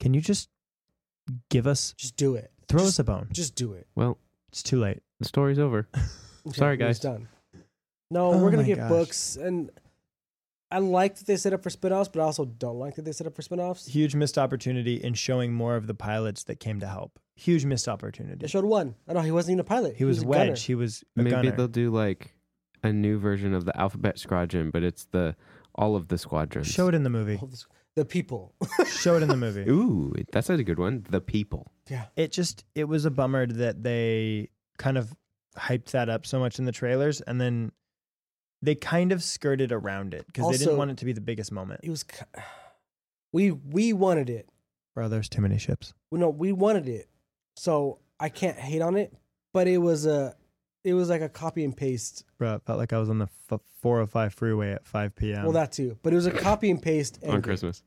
[SPEAKER 1] Can you just give us,
[SPEAKER 2] Just do it.
[SPEAKER 1] throw
[SPEAKER 2] Just-
[SPEAKER 1] us a bone?
[SPEAKER 2] Just do it.
[SPEAKER 4] Well,
[SPEAKER 1] It's too late.
[SPEAKER 4] the story's over.
[SPEAKER 2] Okay,
[SPEAKER 4] Sorry,
[SPEAKER 2] it was
[SPEAKER 4] guys.
[SPEAKER 2] Done. No,
[SPEAKER 1] Oh
[SPEAKER 2] we're gonna
[SPEAKER 1] my
[SPEAKER 2] get
[SPEAKER 1] gosh.
[SPEAKER 2] books, and I like that they set up for spinoffs, but I also don't like that they set up for spinoffs.
[SPEAKER 1] Huge missed opportunity in showing more of the pilots that came to help. Huge missed opportunity.
[SPEAKER 2] They showed one. I know he wasn't even a pilot.
[SPEAKER 1] He was
[SPEAKER 2] a
[SPEAKER 1] Wedge.
[SPEAKER 2] gunner.
[SPEAKER 1] He was a
[SPEAKER 4] Maybe
[SPEAKER 1] gunner.
[SPEAKER 4] they'll do like a new version of the Alphabet Squadron, but it's the all of the squadrons.
[SPEAKER 1] Show it in the movie.
[SPEAKER 2] Hold Oh, this- The people.
[SPEAKER 1] Show it in the movie.
[SPEAKER 4] Ooh, that's a good one. The people.
[SPEAKER 2] yeah.
[SPEAKER 1] it just it was a bummer that they kind of hyped that up so much in the trailers and then they kind of skirted around it because they didn't
[SPEAKER 2] Also-
[SPEAKER 1] want it to be the biggest moment.
[SPEAKER 2] It was. ki- We we wanted it.
[SPEAKER 1] Bro, there's too many ships.
[SPEAKER 2] Well, no, we wanted it. So I can't hate on it, but it was a, it was like a copy and paste.
[SPEAKER 1] Bro, it felt like I was on the f- 405 freeway at 5 p.m.
[SPEAKER 2] Well, that too. But it was a copy and paste.
[SPEAKER 4] on
[SPEAKER 2] ending.
[SPEAKER 4] Christmas.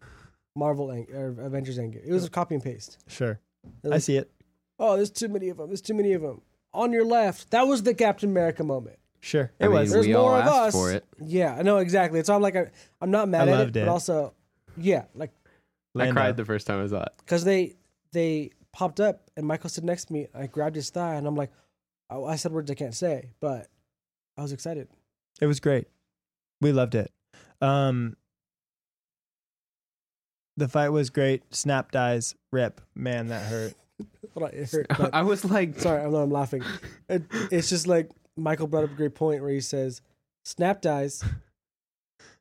[SPEAKER 2] Marvel ang- or Avengers Endgame. It was a copy and paste.
[SPEAKER 1] sure.
[SPEAKER 2] It
[SPEAKER 1] I
[SPEAKER 2] was-
[SPEAKER 1] see it.
[SPEAKER 2] oh, there's too many of them. There's too many of them. On your left, that was the Captain America moment.
[SPEAKER 1] Sure.
[SPEAKER 4] I
[SPEAKER 1] It was.
[SPEAKER 4] mean,
[SPEAKER 2] There's
[SPEAKER 4] we
[SPEAKER 2] more
[SPEAKER 4] all
[SPEAKER 2] of
[SPEAKER 4] asked
[SPEAKER 2] us.
[SPEAKER 4] for it.
[SPEAKER 2] Yeah, I know exactly. It's so I'm like I, I'm not mad
[SPEAKER 1] I
[SPEAKER 2] at
[SPEAKER 1] loved
[SPEAKER 2] it,
[SPEAKER 1] it.
[SPEAKER 2] but also, yeah, like
[SPEAKER 4] I
[SPEAKER 1] Lando.
[SPEAKER 4] cried the first time I saw it.
[SPEAKER 2] because they they popped up and Michael stood next to me. I grabbed his thigh and I'm like, I, I said words I can't say, but I was excited.
[SPEAKER 1] It was great. We loved it. Um, the fight was great. Snap dies. Rip. Man, that hurt.
[SPEAKER 2] Hold on, it hurt. but-
[SPEAKER 4] I was like,
[SPEAKER 2] sorry, I'm not. I'm laughing. It, it's just like Michael brought up a great point where he says, "Snap dies."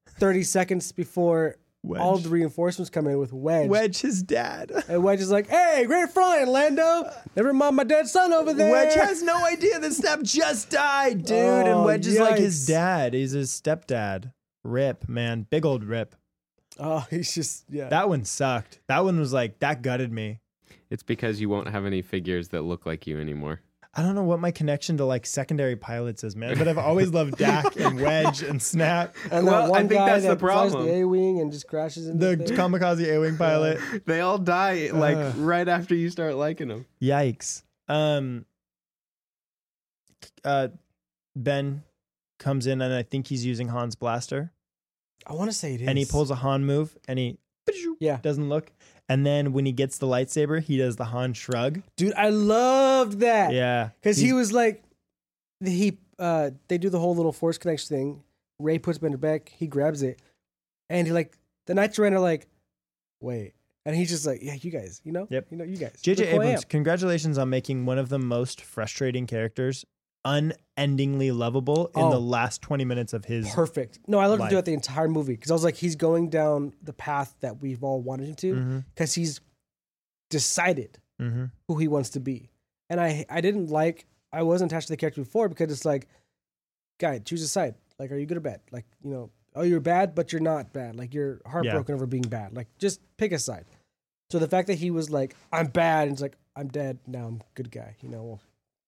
[SPEAKER 2] Thirty seconds before
[SPEAKER 1] Wedge.
[SPEAKER 2] all the reinforcements come in with Wedge.
[SPEAKER 1] Wedge, his dad.
[SPEAKER 2] And Wedge is like, "Hey, great flying, Lando! Never mind my dead son over there."
[SPEAKER 1] Wedge has no idea that Snap just died, dude.
[SPEAKER 2] Oh,
[SPEAKER 1] and Wedge is like his
[SPEAKER 2] yikes.
[SPEAKER 1] dad. He's his stepdad. Rip, man. Big old rip.
[SPEAKER 2] Oh, he's just yeah.
[SPEAKER 1] That one sucked. That one was like, that gutted me.
[SPEAKER 4] it's because you won't have any figures that look like you anymore.
[SPEAKER 1] I don't know what my connection to like secondary pilots is, man, but I've always loved Dak and Wedge and Snap.
[SPEAKER 2] and
[SPEAKER 4] well,
[SPEAKER 2] that
[SPEAKER 4] I
[SPEAKER 2] one
[SPEAKER 4] think
[SPEAKER 2] guy
[SPEAKER 4] that's
[SPEAKER 2] that
[SPEAKER 4] the
[SPEAKER 2] flies
[SPEAKER 4] problem.
[SPEAKER 2] the A-wing and just crashes
[SPEAKER 1] The
[SPEAKER 2] into thing.
[SPEAKER 1] kamikaze A Wing pilot.
[SPEAKER 4] They all die
[SPEAKER 1] like,
[SPEAKER 4] like
[SPEAKER 1] Ugh.
[SPEAKER 4] right after you start liking them.
[SPEAKER 1] Yikes. Um uh Ben comes in and I think he's using Han's blaster.
[SPEAKER 2] I want to say it is.
[SPEAKER 1] And he pulls a Han move and he
[SPEAKER 2] Yeah,
[SPEAKER 1] doesn't look. And then when he gets the lightsaber, he does the Han shrug.
[SPEAKER 2] dude, I loved that.
[SPEAKER 1] Yeah.
[SPEAKER 2] Because he
[SPEAKER 1] He's-
[SPEAKER 2] was like, he uh, they do the whole little force connection thing. Ray puts Bender back. He grabs it, and he like the Knights Ren are like, wait, and he's just like, yeah, you guys, you know,
[SPEAKER 1] Yep.
[SPEAKER 2] you know, you guys.
[SPEAKER 1] JJ
[SPEAKER 2] Look who I
[SPEAKER 1] Abrams,
[SPEAKER 2] am."
[SPEAKER 1] congratulations on making one of the most frustrating characters unendingly lovable in
[SPEAKER 2] Oh.
[SPEAKER 1] the last 20 minutes of his
[SPEAKER 2] perfect. No, I loved him
[SPEAKER 1] Life.
[SPEAKER 2] throughout the entire movie because I was like, he's going down the path that we've all wanted him to
[SPEAKER 1] Mhm,
[SPEAKER 2] because he's decided
[SPEAKER 1] mhm.
[SPEAKER 2] who he wants to be. And I I didn't like I wasn't attached to the character before because it's like, guy, choose a side. Like, are you good or bad? Like, you know, oh, you're bad, but you're not bad. Like, you're heartbroken over being bad. Like, just pick a side. So the fact that he was like, I'm bad, and it's like, I'm dead. Now I'm good guy. You know, well,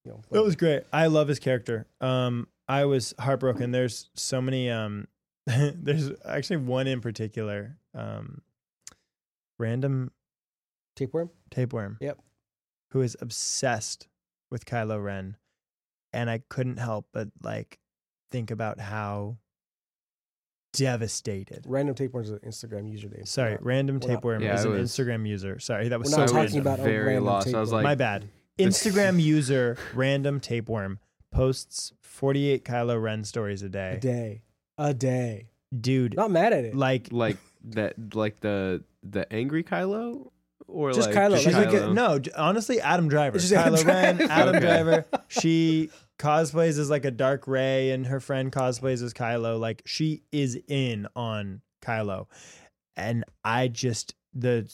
[SPEAKER 2] you know.
[SPEAKER 1] That
[SPEAKER 2] whatever.
[SPEAKER 1] was great. I love his character. Um, I was heartbroken. There's so many. Um, there's actually one in particular. Um, random
[SPEAKER 2] tapeworm.
[SPEAKER 1] tapeworm.
[SPEAKER 2] Yep.
[SPEAKER 1] Who is obsessed with Kylo Ren, and I couldn't help but like think about how devastated.
[SPEAKER 2] Random tapeworm's an Instagram username.
[SPEAKER 1] Sorry,
[SPEAKER 2] Not-
[SPEAKER 1] random
[SPEAKER 2] we're not-
[SPEAKER 1] tapeworm
[SPEAKER 4] Yeah,
[SPEAKER 1] is
[SPEAKER 4] it
[SPEAKER 1] an
[SPEAKER 4] was-
[SPEAKER 1] Instagram user. Sorry, that was
[SPEAKER 2] We're
[SPEAKER 1] so
[SPEAKER 2] not
[SPEAKER 1] random.
[SPEAKER 2] talking about a
[SPEAKER 4] very
[SPEAKER 2] random
[SPEAKER 4] lost. I was
[SPEAKER 2] tapeworm.
[SPEAKER 4] like,
[SPEAKER 1] My bad. Instagram user random tapeworm posts 48 Kylo Ren stories a
[SPEAKER 2] A
[SPEAKER 1] day.
[SPEAKER 2] day. A day.
[SPEAKER 1] Dude,
[SPEAKER 2] Not mad at it.
[SPEAKER 1] like
[SPEAKER 4] like that, like the the angry Kylo, or
[SPEAKER 2] Just
[SPEAKER 4] like
[SPEAKER 2] Kylo,
[SPEAKER 1] she's
[SPEAKER 2] like
[SPEAKER 1] like a, no, j- honestly Adam Driver.
[SPEAKER 2] It's
[SPEAKER 1] Kylo
[SPEAKER 2] just Adam
[SPEAKER 1] Ren,
[SPEAKER 2] Driver.
[SPEAKER 1] Adam
[SPEAKER 4] Okay.
[SPEAKER 1] Driver. She cosplays as like a dark ray and her friend cosplays as Kylo. Like she is in on Kylo. And I just the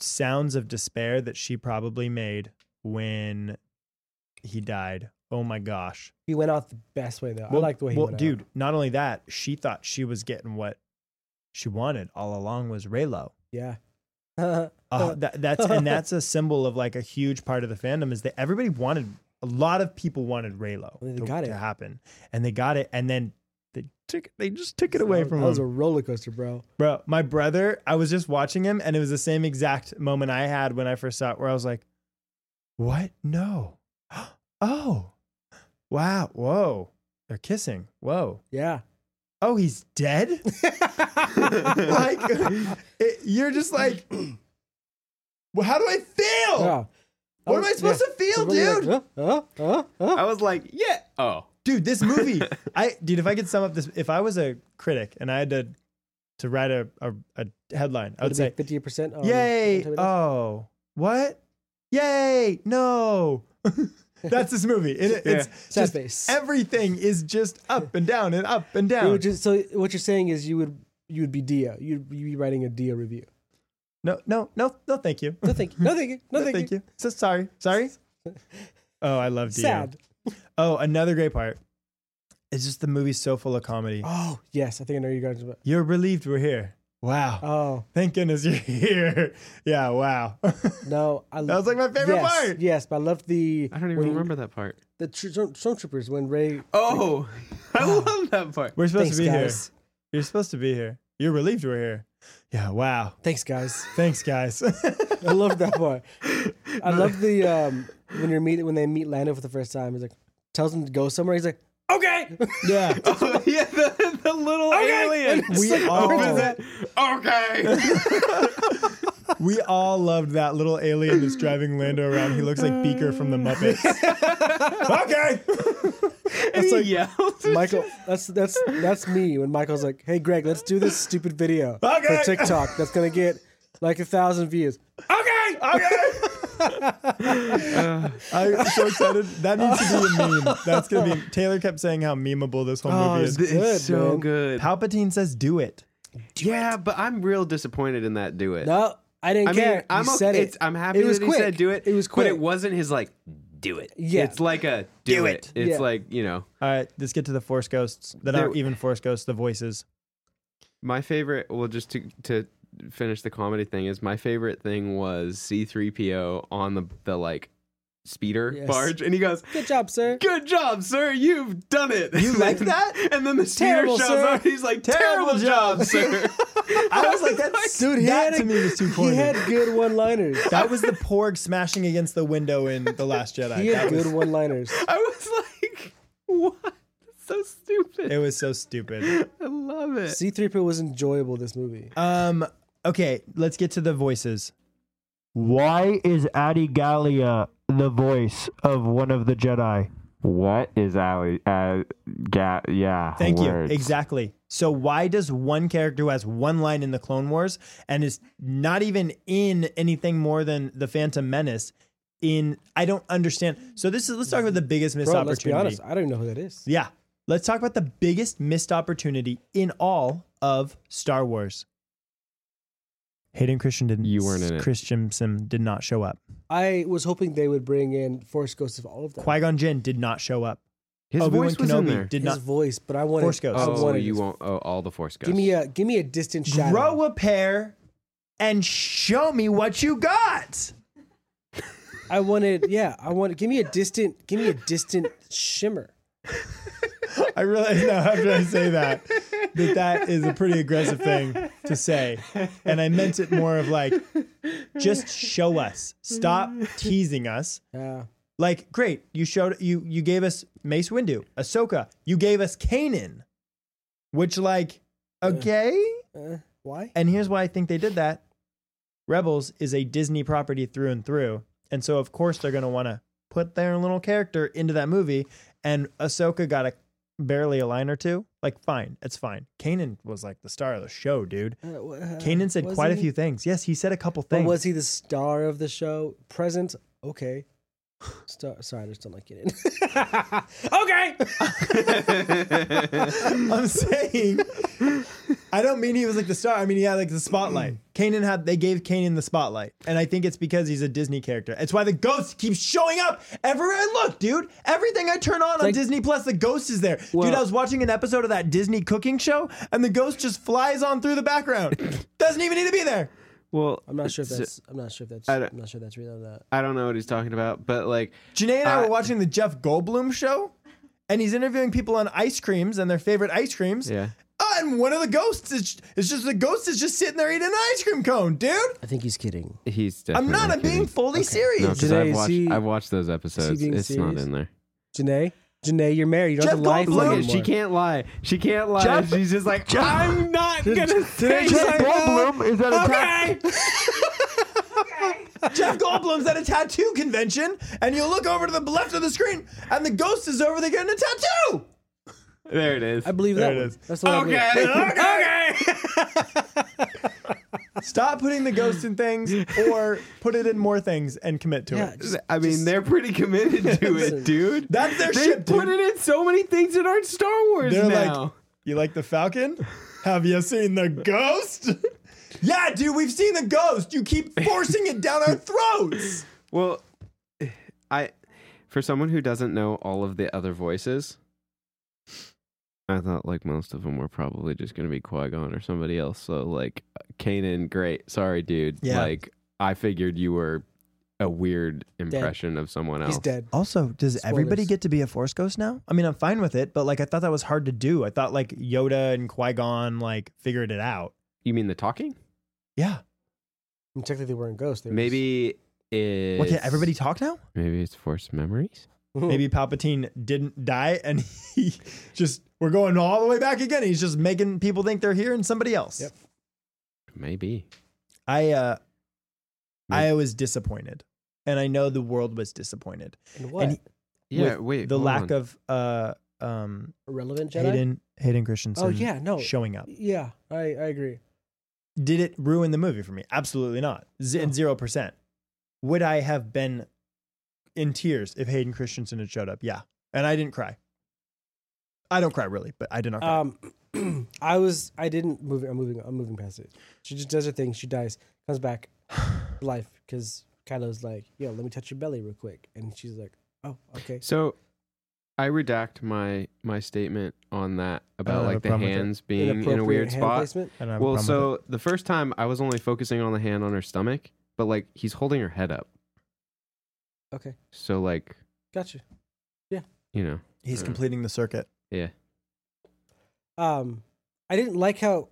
[SPEAKER 1] sounds of despair that she probably made when he died. Oh my gosh.
[SPEAKER 2] he went out the best way though.
[SPEAKER 1] Well-
[SPEAKER 2] I like the way he
[SPEAKER 1] well,
[SPEAKER 2] went out.
[SPEAKER 1] dude. Not only that, she thought she was getting what she wanted all along was Raylo.
[SPEAKER 2] Yeah.
[SPEAKER 1] Uh, that, that's and that's a symbol of like a huge part of the fandom is that everybody wanted a lot of people wanted Raylo
[SPEAKER 2] They
[SPEAKER 1] to,
[SPEAKER 2] got
[SPEAKER 1] to
[SPEAKER 2] it.
[SPEAKER 1] happen, and they got it, and then they took they just took it away
[SPEAKER 2] That was-
[SPEAKER 1] from
[SPEAKER 2] That was
[SPEAKER 1] him.
[SPEAKER 2] a roller coaster, bro.
[SPEAKER 1] Bro, my brother, I was just watching him, and it was the same exact moment I had when I first saw it, where I was like, "What? No, oh, wow, whoa, they're kissing, whoa,
[SPEAKER 2] Yeah.
[SPEAKER 1] oh, he's dead." like it, you're just like well, how do i feel
[SPEAKER 2] Yeah.
[SPEAKER 1] what
[SPEAKER 2] oh.
[SPEAKER 1] am i supposed to feel dude
[SPEAKER 2] Huh? Huh? Huh?
[SPEAKER 4] I was like, yeah. Oh,
[SPEAKER 1] dude this movie i dude if i could sum up this if i was a critic and i had to to write a a, a headline i would say
[SPEAKER 2] fifty percent.
[SPEAKER 1] yay oh what yay no that's this movie it, it's
[SPEAKER 4] Yeah.
[SPEAKER 2] Sad
[SPEAKER 1] just
[SPEAKER 2] face.
[SPEAKER 1] everything is just up and down and up and down
[SPEAKER 2] so what you're saying is you would you would be Dia. You'd, you'd be writing a Dia review.
[SPEAKER 1] no no no no thank you
[SPEAKER 2] No thank you. No thank you. No,
[SPEAKER 1] no, thank, you. So sorry. Sorry. Oh, I love Dio.
[SPEAKER 2] Sad.
[SPEAKER 1] Oh, another great part. It's just the movie's so full of comedy.
[SPEAKER 2] Oh yes, I think I know you guys. About.
[SPEAKER 1] You're relieved we're here. Wow.
[SPEAKER 2] Oh
[SPEAKER 1] Thank goodness you're here. yeah, wow.
[SPEAKER 2] no, I.
[SPEAKER 1] That was, like, my favorite
[SPEAKER 2] yes,
[SPEAKER 1] part.
[SPEAKER 2] Yes, but I loved the.
[SPEAKER 4] I don't even
[SPEAKER 2] when-
[SPEAKER 4] remember that part.
[SPEAKER 2] the tr- storm- stormtroopers when Ray.
[SPEAKER 4] Oh, I love that part.
[SPEAKER 1] we're supposed
[SPEAKER 2] Thanks,
[SPEAKER 1] to be
[SPEAKER 2] guys.
[SPEAKER 1] here. You're supposed to be here. You're relieved we're here. Yeah, wow.
[SPEAKER 2] Thanks, guys.
[SPEAKER 1] Thanks, guys.
[SPEAKER 2] I love that part. I love the um when you're meet when they meet Lando for the first time, he's like tells him to go somewhere. He's like, okay.
[SPEAKER 1] Yeah.
[SPEAKER 4] Oh, yeah, the, the little
[SPEAKER 2] Okay.
[SPEAKER 4] alien.
[SPEAKER 2] And it's
[SPEAKER 1] We
[SPEAKER 2] like,
[SPEAKER 1] all-
[SPEAKER 2] "Where is
[SPEAKER 4] What
[SPEAKER 2] that?"
[SPEAKER 4] is that? Okay.
[SPEAKER 1] We all loved that little alien that's driving Lando around. He looks like Beaker from the Muppets. okay.
[SPEAKER 4] It's
[SPEAKER 1] like-
[SPEAKER 4] like yells.
[SPEAKER 2] Michael, that's that's that's me when Michael's like, "Hey Greg, let's do this stupid video
[SPEAKER 1] Okay.
[SPEAKER 2] for TikTok that's gonna get like a thousand views."
[SPEAKER 1] Okay. Okay. I'm so excited. That needs to be a meme. That's gonna be. Taylor kept saying how memeable this whole movie is.
[SPEAKER 4] it's
[SPEAKER 2] good,
[SPEAKER 4] so
[SPEAKER 2] man.
[SPEAKER 4] good.
[SPEAKER 1] Palpatine says, "Do it."
[SPEAKER 4] yeah, but I'm real disappointed in that. Do it.
[SPEAKER 2] No, I didn't
[SPEAKER 4] I mean,
[SPEAKER 2] care. You
[SPEAKER 4] I'm okay.
[SPEAKER 2] said it.
[SPEAKER 4] It's, I'm happy
[SPEAKER 2] It was
[SPEAKER 4] that he
[SPEAKER 2] quick.
[SPEAKER 4] said do it.
[SPEAKER 2] It was
[SPEAKER 4] but
[SPEAKER 2] quick.
[SPEAKER 4] it wasn't his like do it.
[SPEAKER 2] Yeah.
[SPEAKER 4] it's like a do,
[SPEAKER 1] Do
[SPEAKER 4] it.
[SPEAKER 1] it.
[SPEAKER 4] It's
[SPEAKER 2] Yeah.
[SPEAKER 4] like you know
[SPEAKER 1] All right, let's get to the Force ghosts that
[SPEAKER 4] There-
[SPEAKER 1] aren't even Force ghosts. The voices.
[SPEAKER 4] my favorite. Well, just to to finish the comedy thing is my favorite thing was C3PO on the the like speeder
[SPEAKER 2] Yes.
[SPEAKER 4] barge, and he goes.
[SPEAKER 2] Good job, sir.
[SPEAKER 4] Good job, sir. You've done it.
[SPEAKER 1] You
[SPEAKER 4] And
[SPEAKER 1] like
[SPEAKER 4] then-
[SPEAKER 1] that?
[SPEAKER 4] And then the speeder
[SPEAKER 2] Terrible,
[SPEAKER 4] shows
[SPEAKER 2] sir.
[SPEAKER 4] up. He's like, terrible,
[SPEAKER 1] Terrible
[SPEAKER 4] job, sir.
[SPEAKER 1] I was like, "That's
[SPEAKER 2] Dude, he
[SPEAKER 1] that
[SPEAKER 2] had
[SPEAKER 1] to
[SPEAKER 2] a-
[SPEAKER 1] me was too
[SPEAKER 2] He
[SPEAKER 1] corny."
[SPEAKER 2] had good one-liners.
[SPEAKER 1] that was the Porg smashing against the window in The Last Jedi.
[SPEAKER 2] He had
[SPEAKER 1] That was-
[SPEAKER 2] good one-liners.
[SPEAKER 4] I was like, what? That's so stupid.
[SPEAKER 1] it was so stupid.
[SPEAKER 4] I love it.
[SPEAKER 2] C-3PO was enjoyable this movie.
[SPEAKER 1] Um. Okay, let's get to the voices. Why is Adi Gallia the voice of one of the Jedi?
[SPEAKER 5] What is Ali? Uh, ga- yeah.
[SPEAKER 1] Thank
[SPEAKER 5] words.
[SPEAKER 1] you. Exactly. So why does one character who has one line in the Clone Wars and is not even in anything more than the Phantom Menace in I don't understand. So this is let's talk about the biggest missed
[SPEAKER 2] Bro,
[SPEAKER 1] opportunity.
[SPEAKER 2] let's be honest. I don't even know who that is.
[SPEAKER 1] Yeah. Let's talk about the biggest missed opportunity in all of Star Wars. Hayden Christian didn't
[SPEAKER 4] You weren't in it.
[SPEAKER 1] Christensen did not show up.
[SPEAKER 2] I was hoping they would bring in Force Ghosts of all of them.
[SPEAKER 1] Qui-Gon Jinn did not show up.
[SPEAKER 4] His
[SPEAKER 1] Obi-Wan
[SPEAKER 4] voice was
[SPEAKER 1] Kenobi
[SPEAKER 4] in there.
[SPEAKER 1] did
[SPEAKER 2] His
[SPEAKER 1] not
[SPEAKER 2] voice, but I wanted.
[SPEAKER 1] Force Ghosts.
[SPEAKER 2] I
[SPEAKER 4] oh,
[SPEAKER 2] wanted
[SPEAKER 4] you
[SPEAKER 2] his-
[SPEAKER 4] won't. Oh, all the Force ghosts.
[SPEAKER 2] Give me a give me a distant shadow.
[SPEAKER 1] Grow a pair and show me what you got.
[SPEAKER 2] I wanted, yeah, I wanted. Give me a distant, give me a distant shimmer.
[SPEAKER 1] I realize now after I say that that that is a pretty aggressive thing to say, and I meant it more of like, just show us. Stop teasing us.
[SPEAKER 2] Yeah,
[SPEAKER 1] Like, great, you showed you you gave us Mace Windu, Ahsoka, you gave us Kanan, which like, okay.
[SPEAKER 2] uh, why?
[SPEAKER 1] And here's why I think they did that. Rebels is a Disney property through and through. And so, of course, they're going to want to put their little character into that movie. And Ahsoka got a barely a line or two. Like, fine, it's fine. Kanan was like the star of the show, dude.
[SPEAKER 2] Uh, wh- uh,
[SPEAKER 1] Kanan said
[SPEAKER 2] was
[SPEAKER 1] quite a
[SPEAKER 2] he?
[SPEAKER 1] few things. Yes, he said a couple
[SPEAKER 2] But
[SPEAKER 1] things.
[SPEAKER 2] was he the star of the show? Present? Okay. Star, sorry, I just don't like it. okay.
[SPEAKER 1] I'm saying, I don't mean he was like the star. I mean he had like the spotlight. Kanan had they gave Kanan the spotlight, and I think it's because he's a Disney character. It's why the ghost keeps showing up everywhere I look, dude. Everything I turn on on
[SPEAKER 2] Like-
[SPEAKER 1] Disney Plus, the ghost is there, dude.
[SPEAKER 2] Well-
[SPEAKER 1] I was watching an episode of that Disney cooking show, and the ghost just flies on through the background. Doesn't even need to be there.
[SPEAKER 4] well,
[SPEAKER 2] I'm not sure if
[SPEAKER 4] so-
[SPEAKER 2] that's. I'm not sure if that's.
[SPEAKER 4] I don't-
[SPEAKER 2] I'm not sure if that's real or not.
[SPEAKER 4] I don't know what he's talking about, but like,
[SPEAKER 1] Janae and I
[SPEAKER 4] Uh,
[SPEAKER 1] were watching the Jeff Goldblum show, and he's interviewing people on ice creams and their favorite ice creams.
[SPEAKER 4] yeah.
[SPEAKER 1] Oh, and one of the ghosts is it's just the ghost is just sitting there eating an ice cream cone, dude.
[SPEAKER 2] I think he's kidding.
[SPEAKER 4] He's
[SPEAKER 1] I'm
[SPEAKER 4] definitely
[SPEAKER 1] not. I'm being
[SPEAKER 4] kidding.
[SPEAKER 1] fully serious.
[SPEAKER 4] No, because
[SPEAKER 2] Janae,
[SPEAKER 4] I've
[SPEAKER 2] is
[SPEAKER 4] watched,
[SPEAKER 2] he-
[SPEAKER 4] I've watched those episodes.
[SPEAKER 2] being
[SPEAKER 4] It's not
[SPEAKER 2] serious?
[SPEAKER 4] in there.
[SPEAKER 2] Janae, Janae, you're married. You don't
[SPEAKER 1] Jeff
[SPEAKER 2] have to lie
[SPEAKER 1] Goldblum?
[SPEAKER 2] for
[SPEAKER 4] Look
[SPEAKER 2] me
[SPEAKER 4] at- she
[SPEAKER 2] anymore.
[SPEAKER 4] can't lie. She can't lie.
[SPEAKER 1] Jeff-
[SPEAKER 4] She's just like, I'm not gonna say.
[SPEAKER 5] Jeff
[SPEAKER 4] that."
[SPEAKER 5] Goldblum is at a ta-
[SPEAKER 1] okay. Jeff Goldblum's at a tattoo convention, and you look over to the left of the screen, and the ghost is over there getting a tattoo.
[SPEAKER 4] There it is.
[SPEAKER 2] I believe
[SPEAKER 1] There
[SPEAKER 2] that.
[SPEAKER 1] it
[SPEAKER 2] one.
[SPEAKER 1] is.
[SPEAKER 2] That's what I believe.
[SPEAKER 1] okay. Stop putting the ghost in things, or put it in more things and commit to
[SPEAKER 2] Yeah,
[SPEAKER 1] it.
[SPEAKER 2] just-
[SPEAKER 4] I mean, they're pretty committed to it, dude.
[SPEAKER 1] That's their
[SPEAKER 4] they
[SPEAKER 1] shit,
[SPEAKER 4] put
[SPEAKER 1] dude.
[SPEAKER 4] it in so many things that aren't Star Wars
[SPEAKER 1] They're
[SPEAKER 4] now.
[SPEAKER 1] like, you like the Falcon? Have you seen the ghost? yeah, dude, we've seen the ghost. You keep forcing it down our throats.
[SPEAKER 4] well, I, for someone who doesn't know all of the other voices, I thought like most of them were probably just gonna be Qui Gon or somebody else. So like, Kanan, great. Sorry, dude.
[SPEAKER 1] Yeah.
[SPEAKER 4] Like, I figured you were a weird impression of someone else.
[SPEAKER 2] He's dead.
[SPEAKER 1] Also, does everybody
[SPEAKER 2] Spoilers.
[SPEAKER 1] get to be a Force Ghost now? I mean, I'm fine with it, but like, I thought that was hard to do. I thought like Yoda and Qui Gon like figured it out.
[SPEAKER 4] You mean the talking?
[SPEAKER 1] Yeah,
[SPEAKER 2] I mean, technically, they weren't ghosts. They were
[SPEAKER 4] Maybe is
[SPEAKER 1] What can everybody talk now?
[SPEAKER 4] Maybe it's forced memories.
[SPEAKER 1] Maybe Palpatine didn't die and he just we're going all the way back again. He's just making people think they're here and somebody else.
[SPEAKER 2] Yep.
[SPEAKER 4] Maybe.
[SPEAKER 1] I uh
[SPEAKER 4] Maybe.
[SPEAKER 1] I was disappointed. And I know the world was disappointed.
[SPEAKER 2] And what?
[SPEAKER 1] And he-
[SPEAKER 4] Yeah.
[SPEAKER 1] With
[SPEAKER 4] wait.
[SPEAKER 1] the
[SPEAKER 4] hold
[SPEAKER 1] lack
[SPEAKER 4] on.
[SPEAKER 1] of uh um
[SPEAKER 2] Irrelevant Jedi.
[SPEAKER 1] Hayden Hayden Christensen
[SPEAKER 2] oh yeah, no.
[SPEAKER 1] showing up.
[SPEAKER 2] Yeah, I, I agree.
[SPEAKER 1] Did it ruin the movie for me? Absolutely not. Z-
[SPEAKER 2] No.
[SPEAKER 1] Zero percent. Would I have been in tears if Hayden Christensen had showed up? Yeah. And I didn't cry. I don't cry really, but I did not cry.
[SPEAKER 2] Um, I was I didn't move. I'm moving. I'm moving past it. She just does her thing. She dies, comes back to life because Kylo's like, yo, let me touch your belly real quick, and she's like, oh, okay.
[SPEAKER 4] So, I redact my my statement on that about
[SPEAKER 1] have Uh, a
[SPEAKER 4] like the
[SPEAKER 1] problem with it.
[SPEAKER 4] hands being in a weird
[SPEAKER 2] hand
[SPEAKER 4] spot.
[SPEAKER 2] placement.
[SPEAKER 1] I don't have a
[SPEAKER 4] Well,
[SPEAKER 1] problem with it.
[SPEAKER 4] so the first time I was only focusing on the hand on her stomach, but like he's holding her head up.
[SPEAKER 2] Okay,
[SPEAKER 4] So like,
[SPEAKER 2] gotcha.
[SPEAKER 4] you know,
[SPEAKER 1] He's
[SPEAKER 4] Mm.
[SPEAKER 1] completing the circuit.
[SPEAKER 4] yeah.
[SPEAKER 2] Um, I didn't like how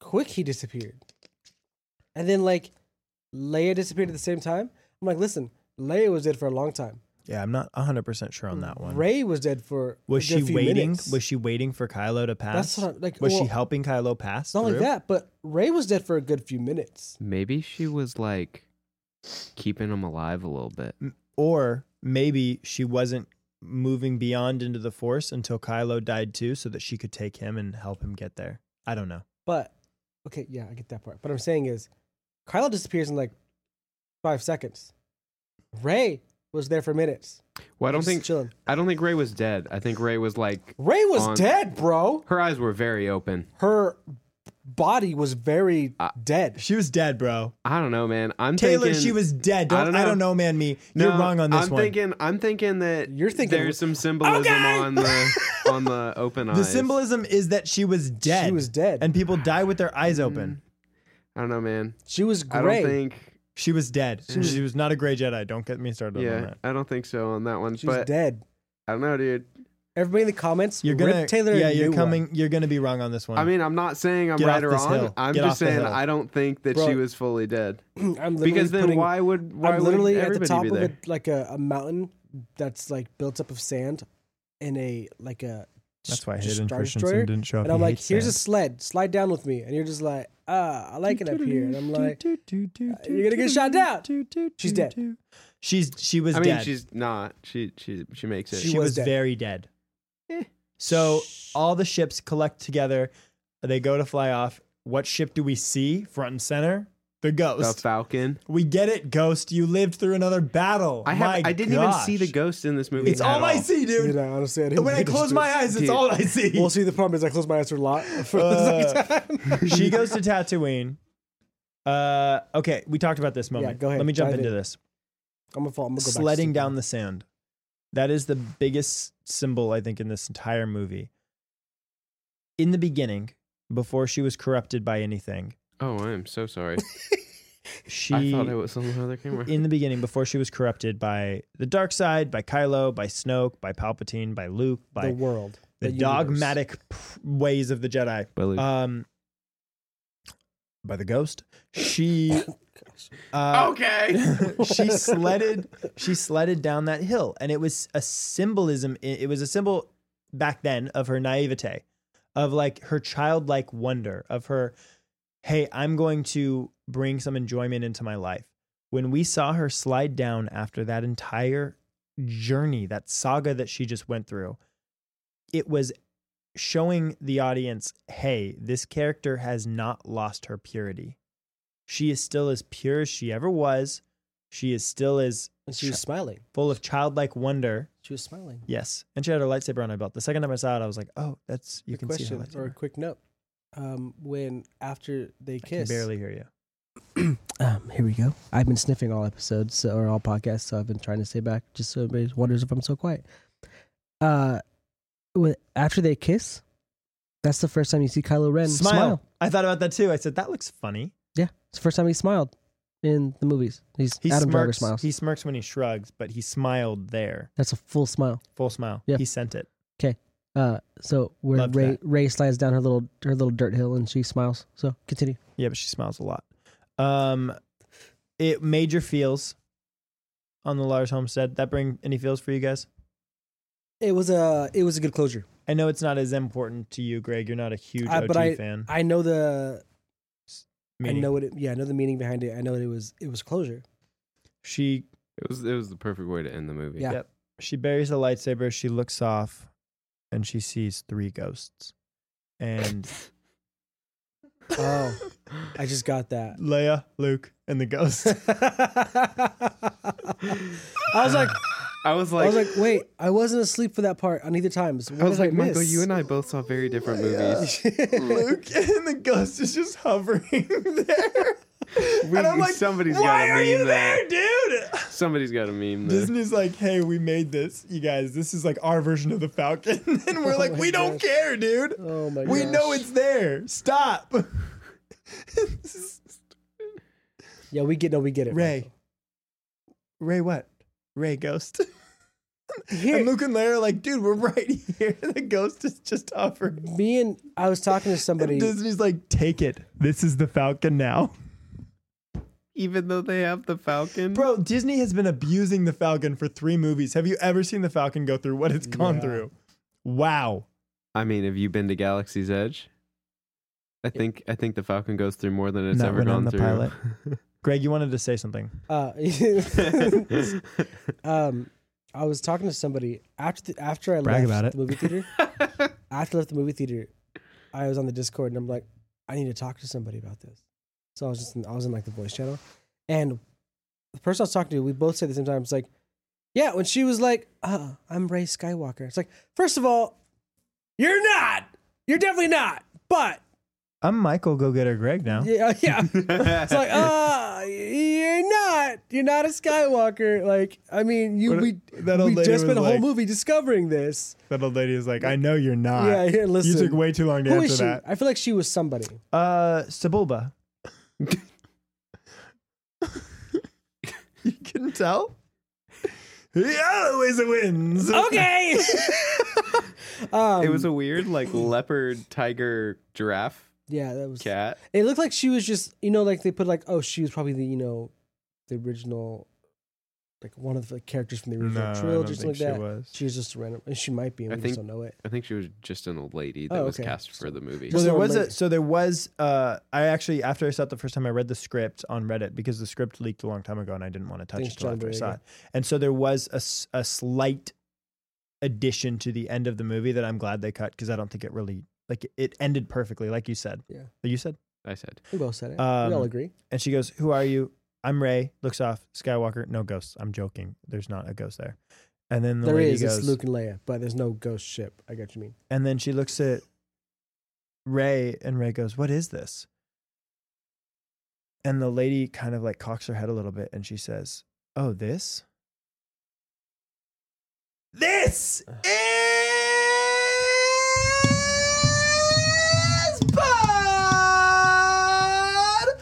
[SPEAKER 2] quick he disappeared, and then like Leia disappeared at the same time. I'm like, listen, Leia was dead for a long time.
[SPEAKER 1] Yeah, I'm not 100% sure on that one.
[SPEAKER 2] Ray was dead for
[SPEAKER 1] was
[SPEAKER 2] a good
[SPEAKER 1] she
[SPEAKER 2] few
[SPEAKER 1] waiting?
[SPEAKER 2] minutes.
[SPEAKER 1] Was she waiting for Kylo to pass?
[SPEAKER 2] That's what I'm, like
[SPEAKER 1] was
[SPEAKER 2] well,
[SPEAKER 1] she helping Kylo pass?
[SPEAKER 2] It's not like
[SPEAKER 1] through?
[SPEAKER 2] that, but Ray was dead for a good few minutes.
[SPEAKER 4] Maybe she was like keeping him alive a little bit.
[SPEAKER 1] Or maybe she wasn't moving beyond into the Force until Kylo died too, so that she could take him and help him get there. I don't know.
[SPEAKER 2] But okay, yeah, I get that part. But I'm saying is, Kylo disappears in like five seconds. Ray was there for minutes.
[SPEAKER 4] Well, I don't
[SPEAKER 2] Just
[SPEAKER 4] think
[SPEAKER 2] chilling.
[SPEAKER 4] I don't think Ray was dead. I think Ray was like
[SPEAKER 2] Ray was
[SPEAKER 4] on-
[SPEAKER 2] dead, bro.
[SPEAKER 4] her eyes were very open.
[SPEAKER 2] Her body was very
[SPEAKER 4] Uh,
[SPEAKER 2] dead.
[SPEAKER 1] She was dead, bro.
[SPEAKER 4] I don't know, man. I'm
[SPEAKER 1] Taylor,
[SPEAKER 4] thinking,
[SPEAKER 1] she was dead. Don't, I, don't know. man. Me, you're
[SPEAKER 4] No,
[SPEAKER 1] wrong on this
[SPEAKER 4] I'm
[SPEAKER 1] one.
[SPEAKER 4] thinking. I'm thinking that
[SPEAKER 2] You're thinking-
[SPEAKER 4] there's some symbolism
[SPEAKER 2] Okay.
[SPEAKER 4] on the on the open eyes.
[SPEAKER 1] the symbolism is that she was dead.
[SPEAKER 2] She was dead. Mm-hmm.
[SPEAKER 1] and people die with their eyes open.
[SPEAKER 4] I don't know, man.
[SPEAKER 2] she was
[SPEAKER 4] I
[SPEAKER 2] gray.
[SPEAKER 4] don't think.
[SPEAKER 1] She was dead. She was, not a gray Jedi. Don't get me started on
[SPEAKER 4] Yeah,
[SPEAKER 1] that.
[SPEAKER 4] I don't think so on that one.
[SPEAKER 2] she was
[SPEAKER 4] but
[SPEAKER 2] dead.
[SPEAKER 4] I don't know, dude.
[SPEAKER 2] Everybody in the comments,
[SPEAKER 1] You're
[SPEAKER 2] you're
[SPEAKER 1] gonna
[SPEAKER 2] Rip Taylor.
[SPEAKER 1] Yeah,
[SPEAKER 2] a
[SPEAKER 1] you're
[SPEAKER 2] new
[SPEAKER 1] coming.
[SPEAKER 2] one.
[SPEAKER 1] You're gonna be wrong on this one.
[SPEAKER 4] I mean, I'm not saying I'm
[SPEAKER 1] Get off
[SPEAKER 4] right or
[SPEAKER 1] this
[SPEAKER 4] wrong.
[SPEAKER 1] hill.
[SPEAKER 4] I'm
[SPEAKER 1] Get off
[SPEAKER 4] just
[SPEAKER 1] the
[SPEAKER 4] saying
[SPEAKER 1] hill.
[SPEAKER 4] I don't think that
[SPEAKER 2] Bro.
[SPEAKER 4] she was fully dead.
[SPEAKER 2] I'm literally
[SPEAKER 4] Because then
[SPEAKER 2] putting-
[SPEAKER 4] why would why
[SPEAKER 2] I'm literally
[SPEAKER 4] would
[SPEAKER 2] at the
[SPEAKER 4] everybody
[SPEAKER 2] top
[SPEAKER 4] be
[SPEAKER 2] of
[SPEAKER 4] there?
[SPEAKER 2] a, like a, a mountain that's like built up of sand, in a like a
[SPEAKER 1] That's why
[SPEAKER 2] just
[SPEAKER 1] Hayden
[SPEAKER 2] Star
[SPEAKER 1] Christensen
[SPEAKER 2] Destroyer.
[SPEAKER 1] didn't show up.
[SPEAKER 2] And I'm like, here's a sled, slide down with me, and you're just like, ah, I like it up here, and I'm like, "You're gonna get shot down." She's dead.
[SPEAKER 1] She's she was
[SPEAKER 4] I mean,
[SPEAKER 1] dead.
[SPEAKER 4] she's not. She she she makes it.
[SPEAKER 1] she,
[SPEAKER 2] She
[SPEAKER 1] was,
[SPEAKER 2] was dead.
[SPEAKER 1] very dead.
[SPEAKER 4] Eh.
[SPEAKER 1] So all the ships collect together. They go to fly off. What ship do we see front and center? The
[SPEAKER 4] the
[SPEAKER 1] ghost.
[SPEAKER 4] Falcon.
[SPEAKER 1] we get it, ghost. You lived through another battle.
[SPEAKER 4] I have.
[SPEAKER 1] Oh My
[SPEAKER 4] I didn't
[SPEAKER 1] gosh.
[SPEAKER 4] even see the ghost in this movie.
[SPEAKER 1] It's
[SPEAKER 4] at
[SPEAKER 1] all I see,
[SPEAKER 2] You
[SPEAKER 1] dude.
[SPEAKER 2] know, honestly, I didn't
[SPEAKER 1] When I
[SPEAKER 2] read it.
[SPEAKER 1] close my eyes, it's
[SPEAKER 4] Dude.
[SPEAKER 1] all I see.
[SPEAKER 2] well, see, the problem is I close my eyes for a lot. For the
[SPEAKER 1] Uh,
[SPEAKER 2] second time.
[SPEAKER 1] she goes to Tatooine. Uh, okay, we talked about this moment.
[SPEAKER 2] go ahead,
[SPEAKER 1] Let me jump
[SPEAKER 2] dive
[SPEAKER 1] into
[SPEAKER 2] in.
[SPEAKER 1] this.
[SPEAKER 2] I'm gonna fall. I'm gonna go back to
[SPEAKER 1] sledding
[SPEAKER 2] sleep.
[SPEAKER 1] down the sand. That is the biggest symbol, I think, in this entire movie. In the beginning, before she was corrupted by anything,
[SPEAKER 4] Oh, I am so sorry.
[SPEAKER 1] she
[SPEAKER 4] I thought it was on the other camera.
[SPEAKER 1] in the beginning, before she was corrupted by the dark side, by Kylo, by Snoke, by Palpatine, by Luke, by
[SPEAKER 2] the world,
[SPEAKER 1] the,
[SPEAKER 2] universe.
[SPEAKER 1] dogmatic pr- ways of the Jedi,
[SPEAKER 4] Believe-
[SPEAKER 1] um, by the ghost, she. Uh,
[SPEAKER 4] okay.
[SPEAKER 1] she sledded she sledded down that hill and it was a symbolism it it was a symbol back then of her naivete of like her childlike wonder of her hey i'm going to bring some enjoyment into my life when we saw her slide down after that entire journey that saga that she just went through it was showing the audience hey this character has not lost her purity she is still as pure as she ever was she is still as
[SPEAKER 2] And she was smiling.
[SPEAKER 1] full of childlike wonder.
[SPEAKER 2] She was smiling.
[SPEAKER 1] Yes. And she had her lightsaber on her belt. The second time I saw it, I was like, oh, that's, you
[SPEAKER 2] Quick
[SPEAKER 1] can see her
[SPEAKER 2] question or a
[SPEAKER 1] lightsaber.
[SPEAKER 2] quick note. Um, when after they
[SPEAKER 1] I can
[SPEAKER 2] kiss,
[SPEAKER 1] barely hear you.
[SPEAKER 2] Um, here we go. I've been sniffing all episodes so, or all podcasts, so I've been trying to stay back just so everybody wonders if I'm so quiet. Uh, when, after they kiss, that's the first time you see Kylo Ren
[SPEAKER 1] Smile.
[SPEAKER 2] smile.
[SPEAKER 1] I thought about that too. I said, that looks funny.
[SPEAKER 2] Yeah, it's the first time he smiled in the movies. He's
[SPEAKER 1] He
[SPEAKER 2] Adam Driver
[SPEAKER 1] smirks.
[SPEAKER 2] smiles.
[SPEAKER 1] He smirks when he shrugs, but he smiled there.
[SPEAKER 2] that's a full smile.
[SPEAKER 1] Full smile.
[SPEAKER 2] Yeah.
[SPEAKER 1] He sent it.
[SPEAKER 2] Uh, so where
[SPEAKER 1] Loved
[SPEAKER 2] Ray
[SPEAKER 1] that.
[SPEAKER 2] Ray slides down her little her little dirt hill and she smiles. So continue.
[SPEAKER 1] Yeah, but she smiles a lot. Um, it major feels on the Lars Homestead? That bring any feels for you guys?
[SPEAKER 2] It was a it was a good closure.
[SPEAKER 1] I know it's not as important to you, Greg. You're not a huge
[SPEAKER 2] Uh,
[SPEAKER 1] OT
[SPEAKER 2] but
[SPEAKER 1] fan.
[SPEAKER 2] I know the I
[SPEAKER 1] Meaning
[SPEAKER 2] know what it, yeah I know the meaning behind it. I know that it was it was closure.
[SPEAKER 1] she
[SPEAKER 4] It was it was the perfect way to end the movie.
[SPEAKER 2] Yeah.
[SPEAKER 1] Yep. she buries the lightsaber. She looks off, and she sees three ghosts. And
[SPEAKER 2] Oh, I just got that.
[SPEAKER 1] Leia, Luke, and the ghosts.
[SPEAKER 2] I was like,
[SPEAKER 4] I was
[SPEAKER 2] I
[SPEAKER 4] like,
[SPEAKER 2] was like, wait, I wasn't asleep for that part on either time. So what
[SPEAKER 4] I was
[SPEAKER 2] did
[SPEAKER 4] like, Michael,
[SPEAKER 2] miss?
[SPEAKER 4] you and I both saw very different movies.
[SPEAKER 1] Luke and the ghost is just hovering there.
[SPEAKER 4] We-
[SPEAKER 1] and I'm like,
[SPEAKER 4] somebody's
[SPEAKER 1] why
[SPEAKER 4] gotta
[SPEAKER 1] are
[SPEAKER 4] meme
[SPEAKER 1] you
[SPEAKER 4] that."
[SPEAKER 1] there, dude?
[SPEAKER 4] Somebody's got a meme. There.
[SPEAKER 1] Disney's like, hey, we made this, you guys. This is like our version of the Falcon, and we're
[SPEAKER 2] Oh
[SPEAKER 1] like,
[SPEAKER 2] my
[SPEAKER 1] we don't
[SPEAKER 2] gosh.
[SPEAKER 1] care, dude.
[SPEAKER 2] oh my
[SPEAKER 1] we
[SPEAKER 2] gosh.
[SPEAKER 1] know it's there. Stop.
[SPEAKER 2] Yeah, we get no, we get it.
[SPEAKER 1] Ray. Ray, what? Ray Ghost.
[SPEAKER 2] Michael. Here,
[SPEAKER 1] And Luke and Larry are like, dude, we're right here. The ghost is just hovering.
[SPEAKER 2] me and I was talking to somebody.
[SPEAKER 1] And Disney's like, take it. This is the Falcon now.
[SPEAKER 4] Even though they have the Falcon,
[SPEAKER 1] Bro, Disney has been abusing the Falcon for three movies. Have you ever seen the Falcon go through what it's gone
[SPEAKER 2] Yeah.
[SPEAKER 1] through? Wow.
[SPEAKER 4] I mean, have you been to Galaxy's Edge? I think I think the Falcon goes through more than it's
[SPEAKER 1] Not
[SPEAKER 4] ever
[SPEAKER 1] when I'm
[SPEAKER 4] gone
[SPEAKER 1] the
[SPEAKER 4] through.
[SPEAKER 1] pilot. Greg, you wanted to say something.
[SPEAKER 2] Uh, um, I was talking to somebody after the, after I
[SPEAKER 1] Brag
[SPEAKER 2] left
[SPEAKER 1] about it.
[SPEAKER 2] the movie theater. after I left the movie theater, I was on the Discord and I'm like, I need to talk to somebody about this. So I was just in, I was in like the voice channel, and the person I was talking to, we both said at the same time, it's like, yeah, when she was like, uh, I'm Ray Skywalker. It's like, first of all, you're not. You're definitely not. But
[SPEAKER 1] I'm Michael, go get her Greg now.
[SPEAKER 2] yeah, yeah. It's like, ah, you're not, you're not a Skywalker. Like, I mean, you
[SPEAKER 1] What-
[SPEAKER 2] we
[SPEAKER 1] that old
[SPEAKER 2] we
[SPEAKER 1] lady
[SPEAKER 2] just spent a
[SPEAKER 1] was
[SPEAKER 2] whole
[SPEAKER 1] like-
[SPEAKER 2] movie discovering this.
[SPEAKER 1] That old lady is like, I know you're not.
[SPEAKER 2] yeah, here,
[SPEAKER 1] you
[SPEAKER 2] listen.
[SPEAKER 1] took way too long to
[SPEAKER 2] Who
[SPEAKER 1] answer
[SPEAKER 2] is she?
[SPEAKER 1] that.
[SPEAKER 2] I feel like she was somebody.
[SPEAKER 1] Uh, Sebulba. you couldn't tell? He always wins.
[SPEAKER 2] Oh! Okay. um,
[SPEAKER 4] it was a weird like leopard, tiger, giraffe,
[SPEAKER 2] yeah. That was.
[SPEAKER 4] cat.
[SPEAKER 2] It looked like she was just, you know, like they put like, oh, she was probably the, you know, the original, like one of the characters from the
[SPEAKER 1] No,
[SPEAKER 2] original
[SPEAKER 1] I don't
[SPEAKER 2] trilogy, or something
[SPEAKER 1] think
[SPEAKER 2] like
[SPEAKER 1] she
[SPEAKER 2] that.
[SPEAKER 1] was.
[SPEAKER 2] She was just random, and she might be, and
[SPEAKER 4] I
[SPEAKER 2] we
[SPEAKER 4] think-
[SPEAKER 2] just don't know it.
[SPEAKER 4] I think she was just an old lady that
[SPEAKER 2] Oh,
[SPEAKER 4] was
[SPEAKER 2] okay.
[SPEAKER 4] cast for the movie.
[SPEAKER 1] Well,
[SPEAKER 2] Just
[SPEAKER 1] there
[SPEAKER 2] so
[SPEAKER 1] was a
[SPEAKER 2] late.
[SPEAKER 1] so there was uh I actually after I saw it the first time I read the script on Reddit because the script leaked a long time ago and I didn't want to touch
[SPEAKER 2] Thanks,
[SPEAKER 1] it till
[SPEAKER 2] John
[SPEAKER 1] after I
[SPEAKER 2] Boyega.
[SPEAKER 1] saw it. And so there was a s- a, slight addition to the end of the movie that I'm glad they cut because I don't think it really like it ended perfectly like you said.
[SPEAKER 2] Yeah.
[SPEAKER 1] Like you said.
[SPEAKER 4] I said,
[SPEAKER 2] We both said it.
[SPEAKER 1] Um,
[SPEAKER 2] we all agree.
[SPEAKER 1] And she goes, "Who are you?" I'm Ray. Looks off. Skywalker. No ghosts. I'm joking. There's not a ghost there. And then the
[SPEAKER 2] There
[SPEAKER 1] lady
[SPEAKER 2] is.
[SPEAKER 1] goes,
[SPEAKER 2] It's Luke and Leia, but there's no ghost ship. I get what you mean.
[SPEAKER 1] And then she looks at Ray, and Ray goes, What is this? And the lady kind of like cocks her head a little bit and she says, Oh, this? This is Pod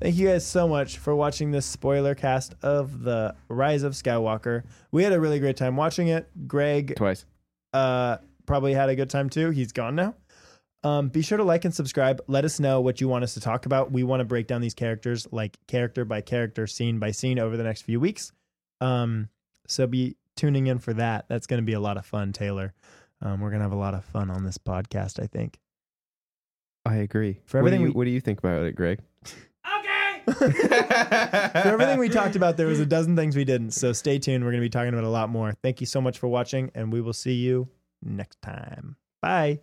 [SPEAKER 1] Thank you guys so much for watching this spoiler cast of the Rise of Skywalker. We had a really great time watching it. Greg
[SPEAKER 4] twice.
[SPEAKER 1] uh, probably had a good time too. He's gone now. Um, be sure to like and subscribe. Let us know what you want us to talk about. We want to break down these characters like character by character, scene by scene over the next few weeks. Um, so be tuning in for that. That's going to be a lot of fun, Taylor. Um, we're going to have a lot of fun on this podcast, I think.
[SPEAKER 4] I agree.
[SPEAKER 1] For
[SPEAKER 4] What do
[SPEAKER 1] everything
[SPEAKER 4] you-
[SPEAKER 1] we-
[SPEAKER 4] what do you think about it, Greg?
[SPEAKER 1] For everything we talked about, there was a dozen things we didn't. So stay tuned. We're going to be talking about a lot more. Thank you so much for watching, and we will see you next time. Bye.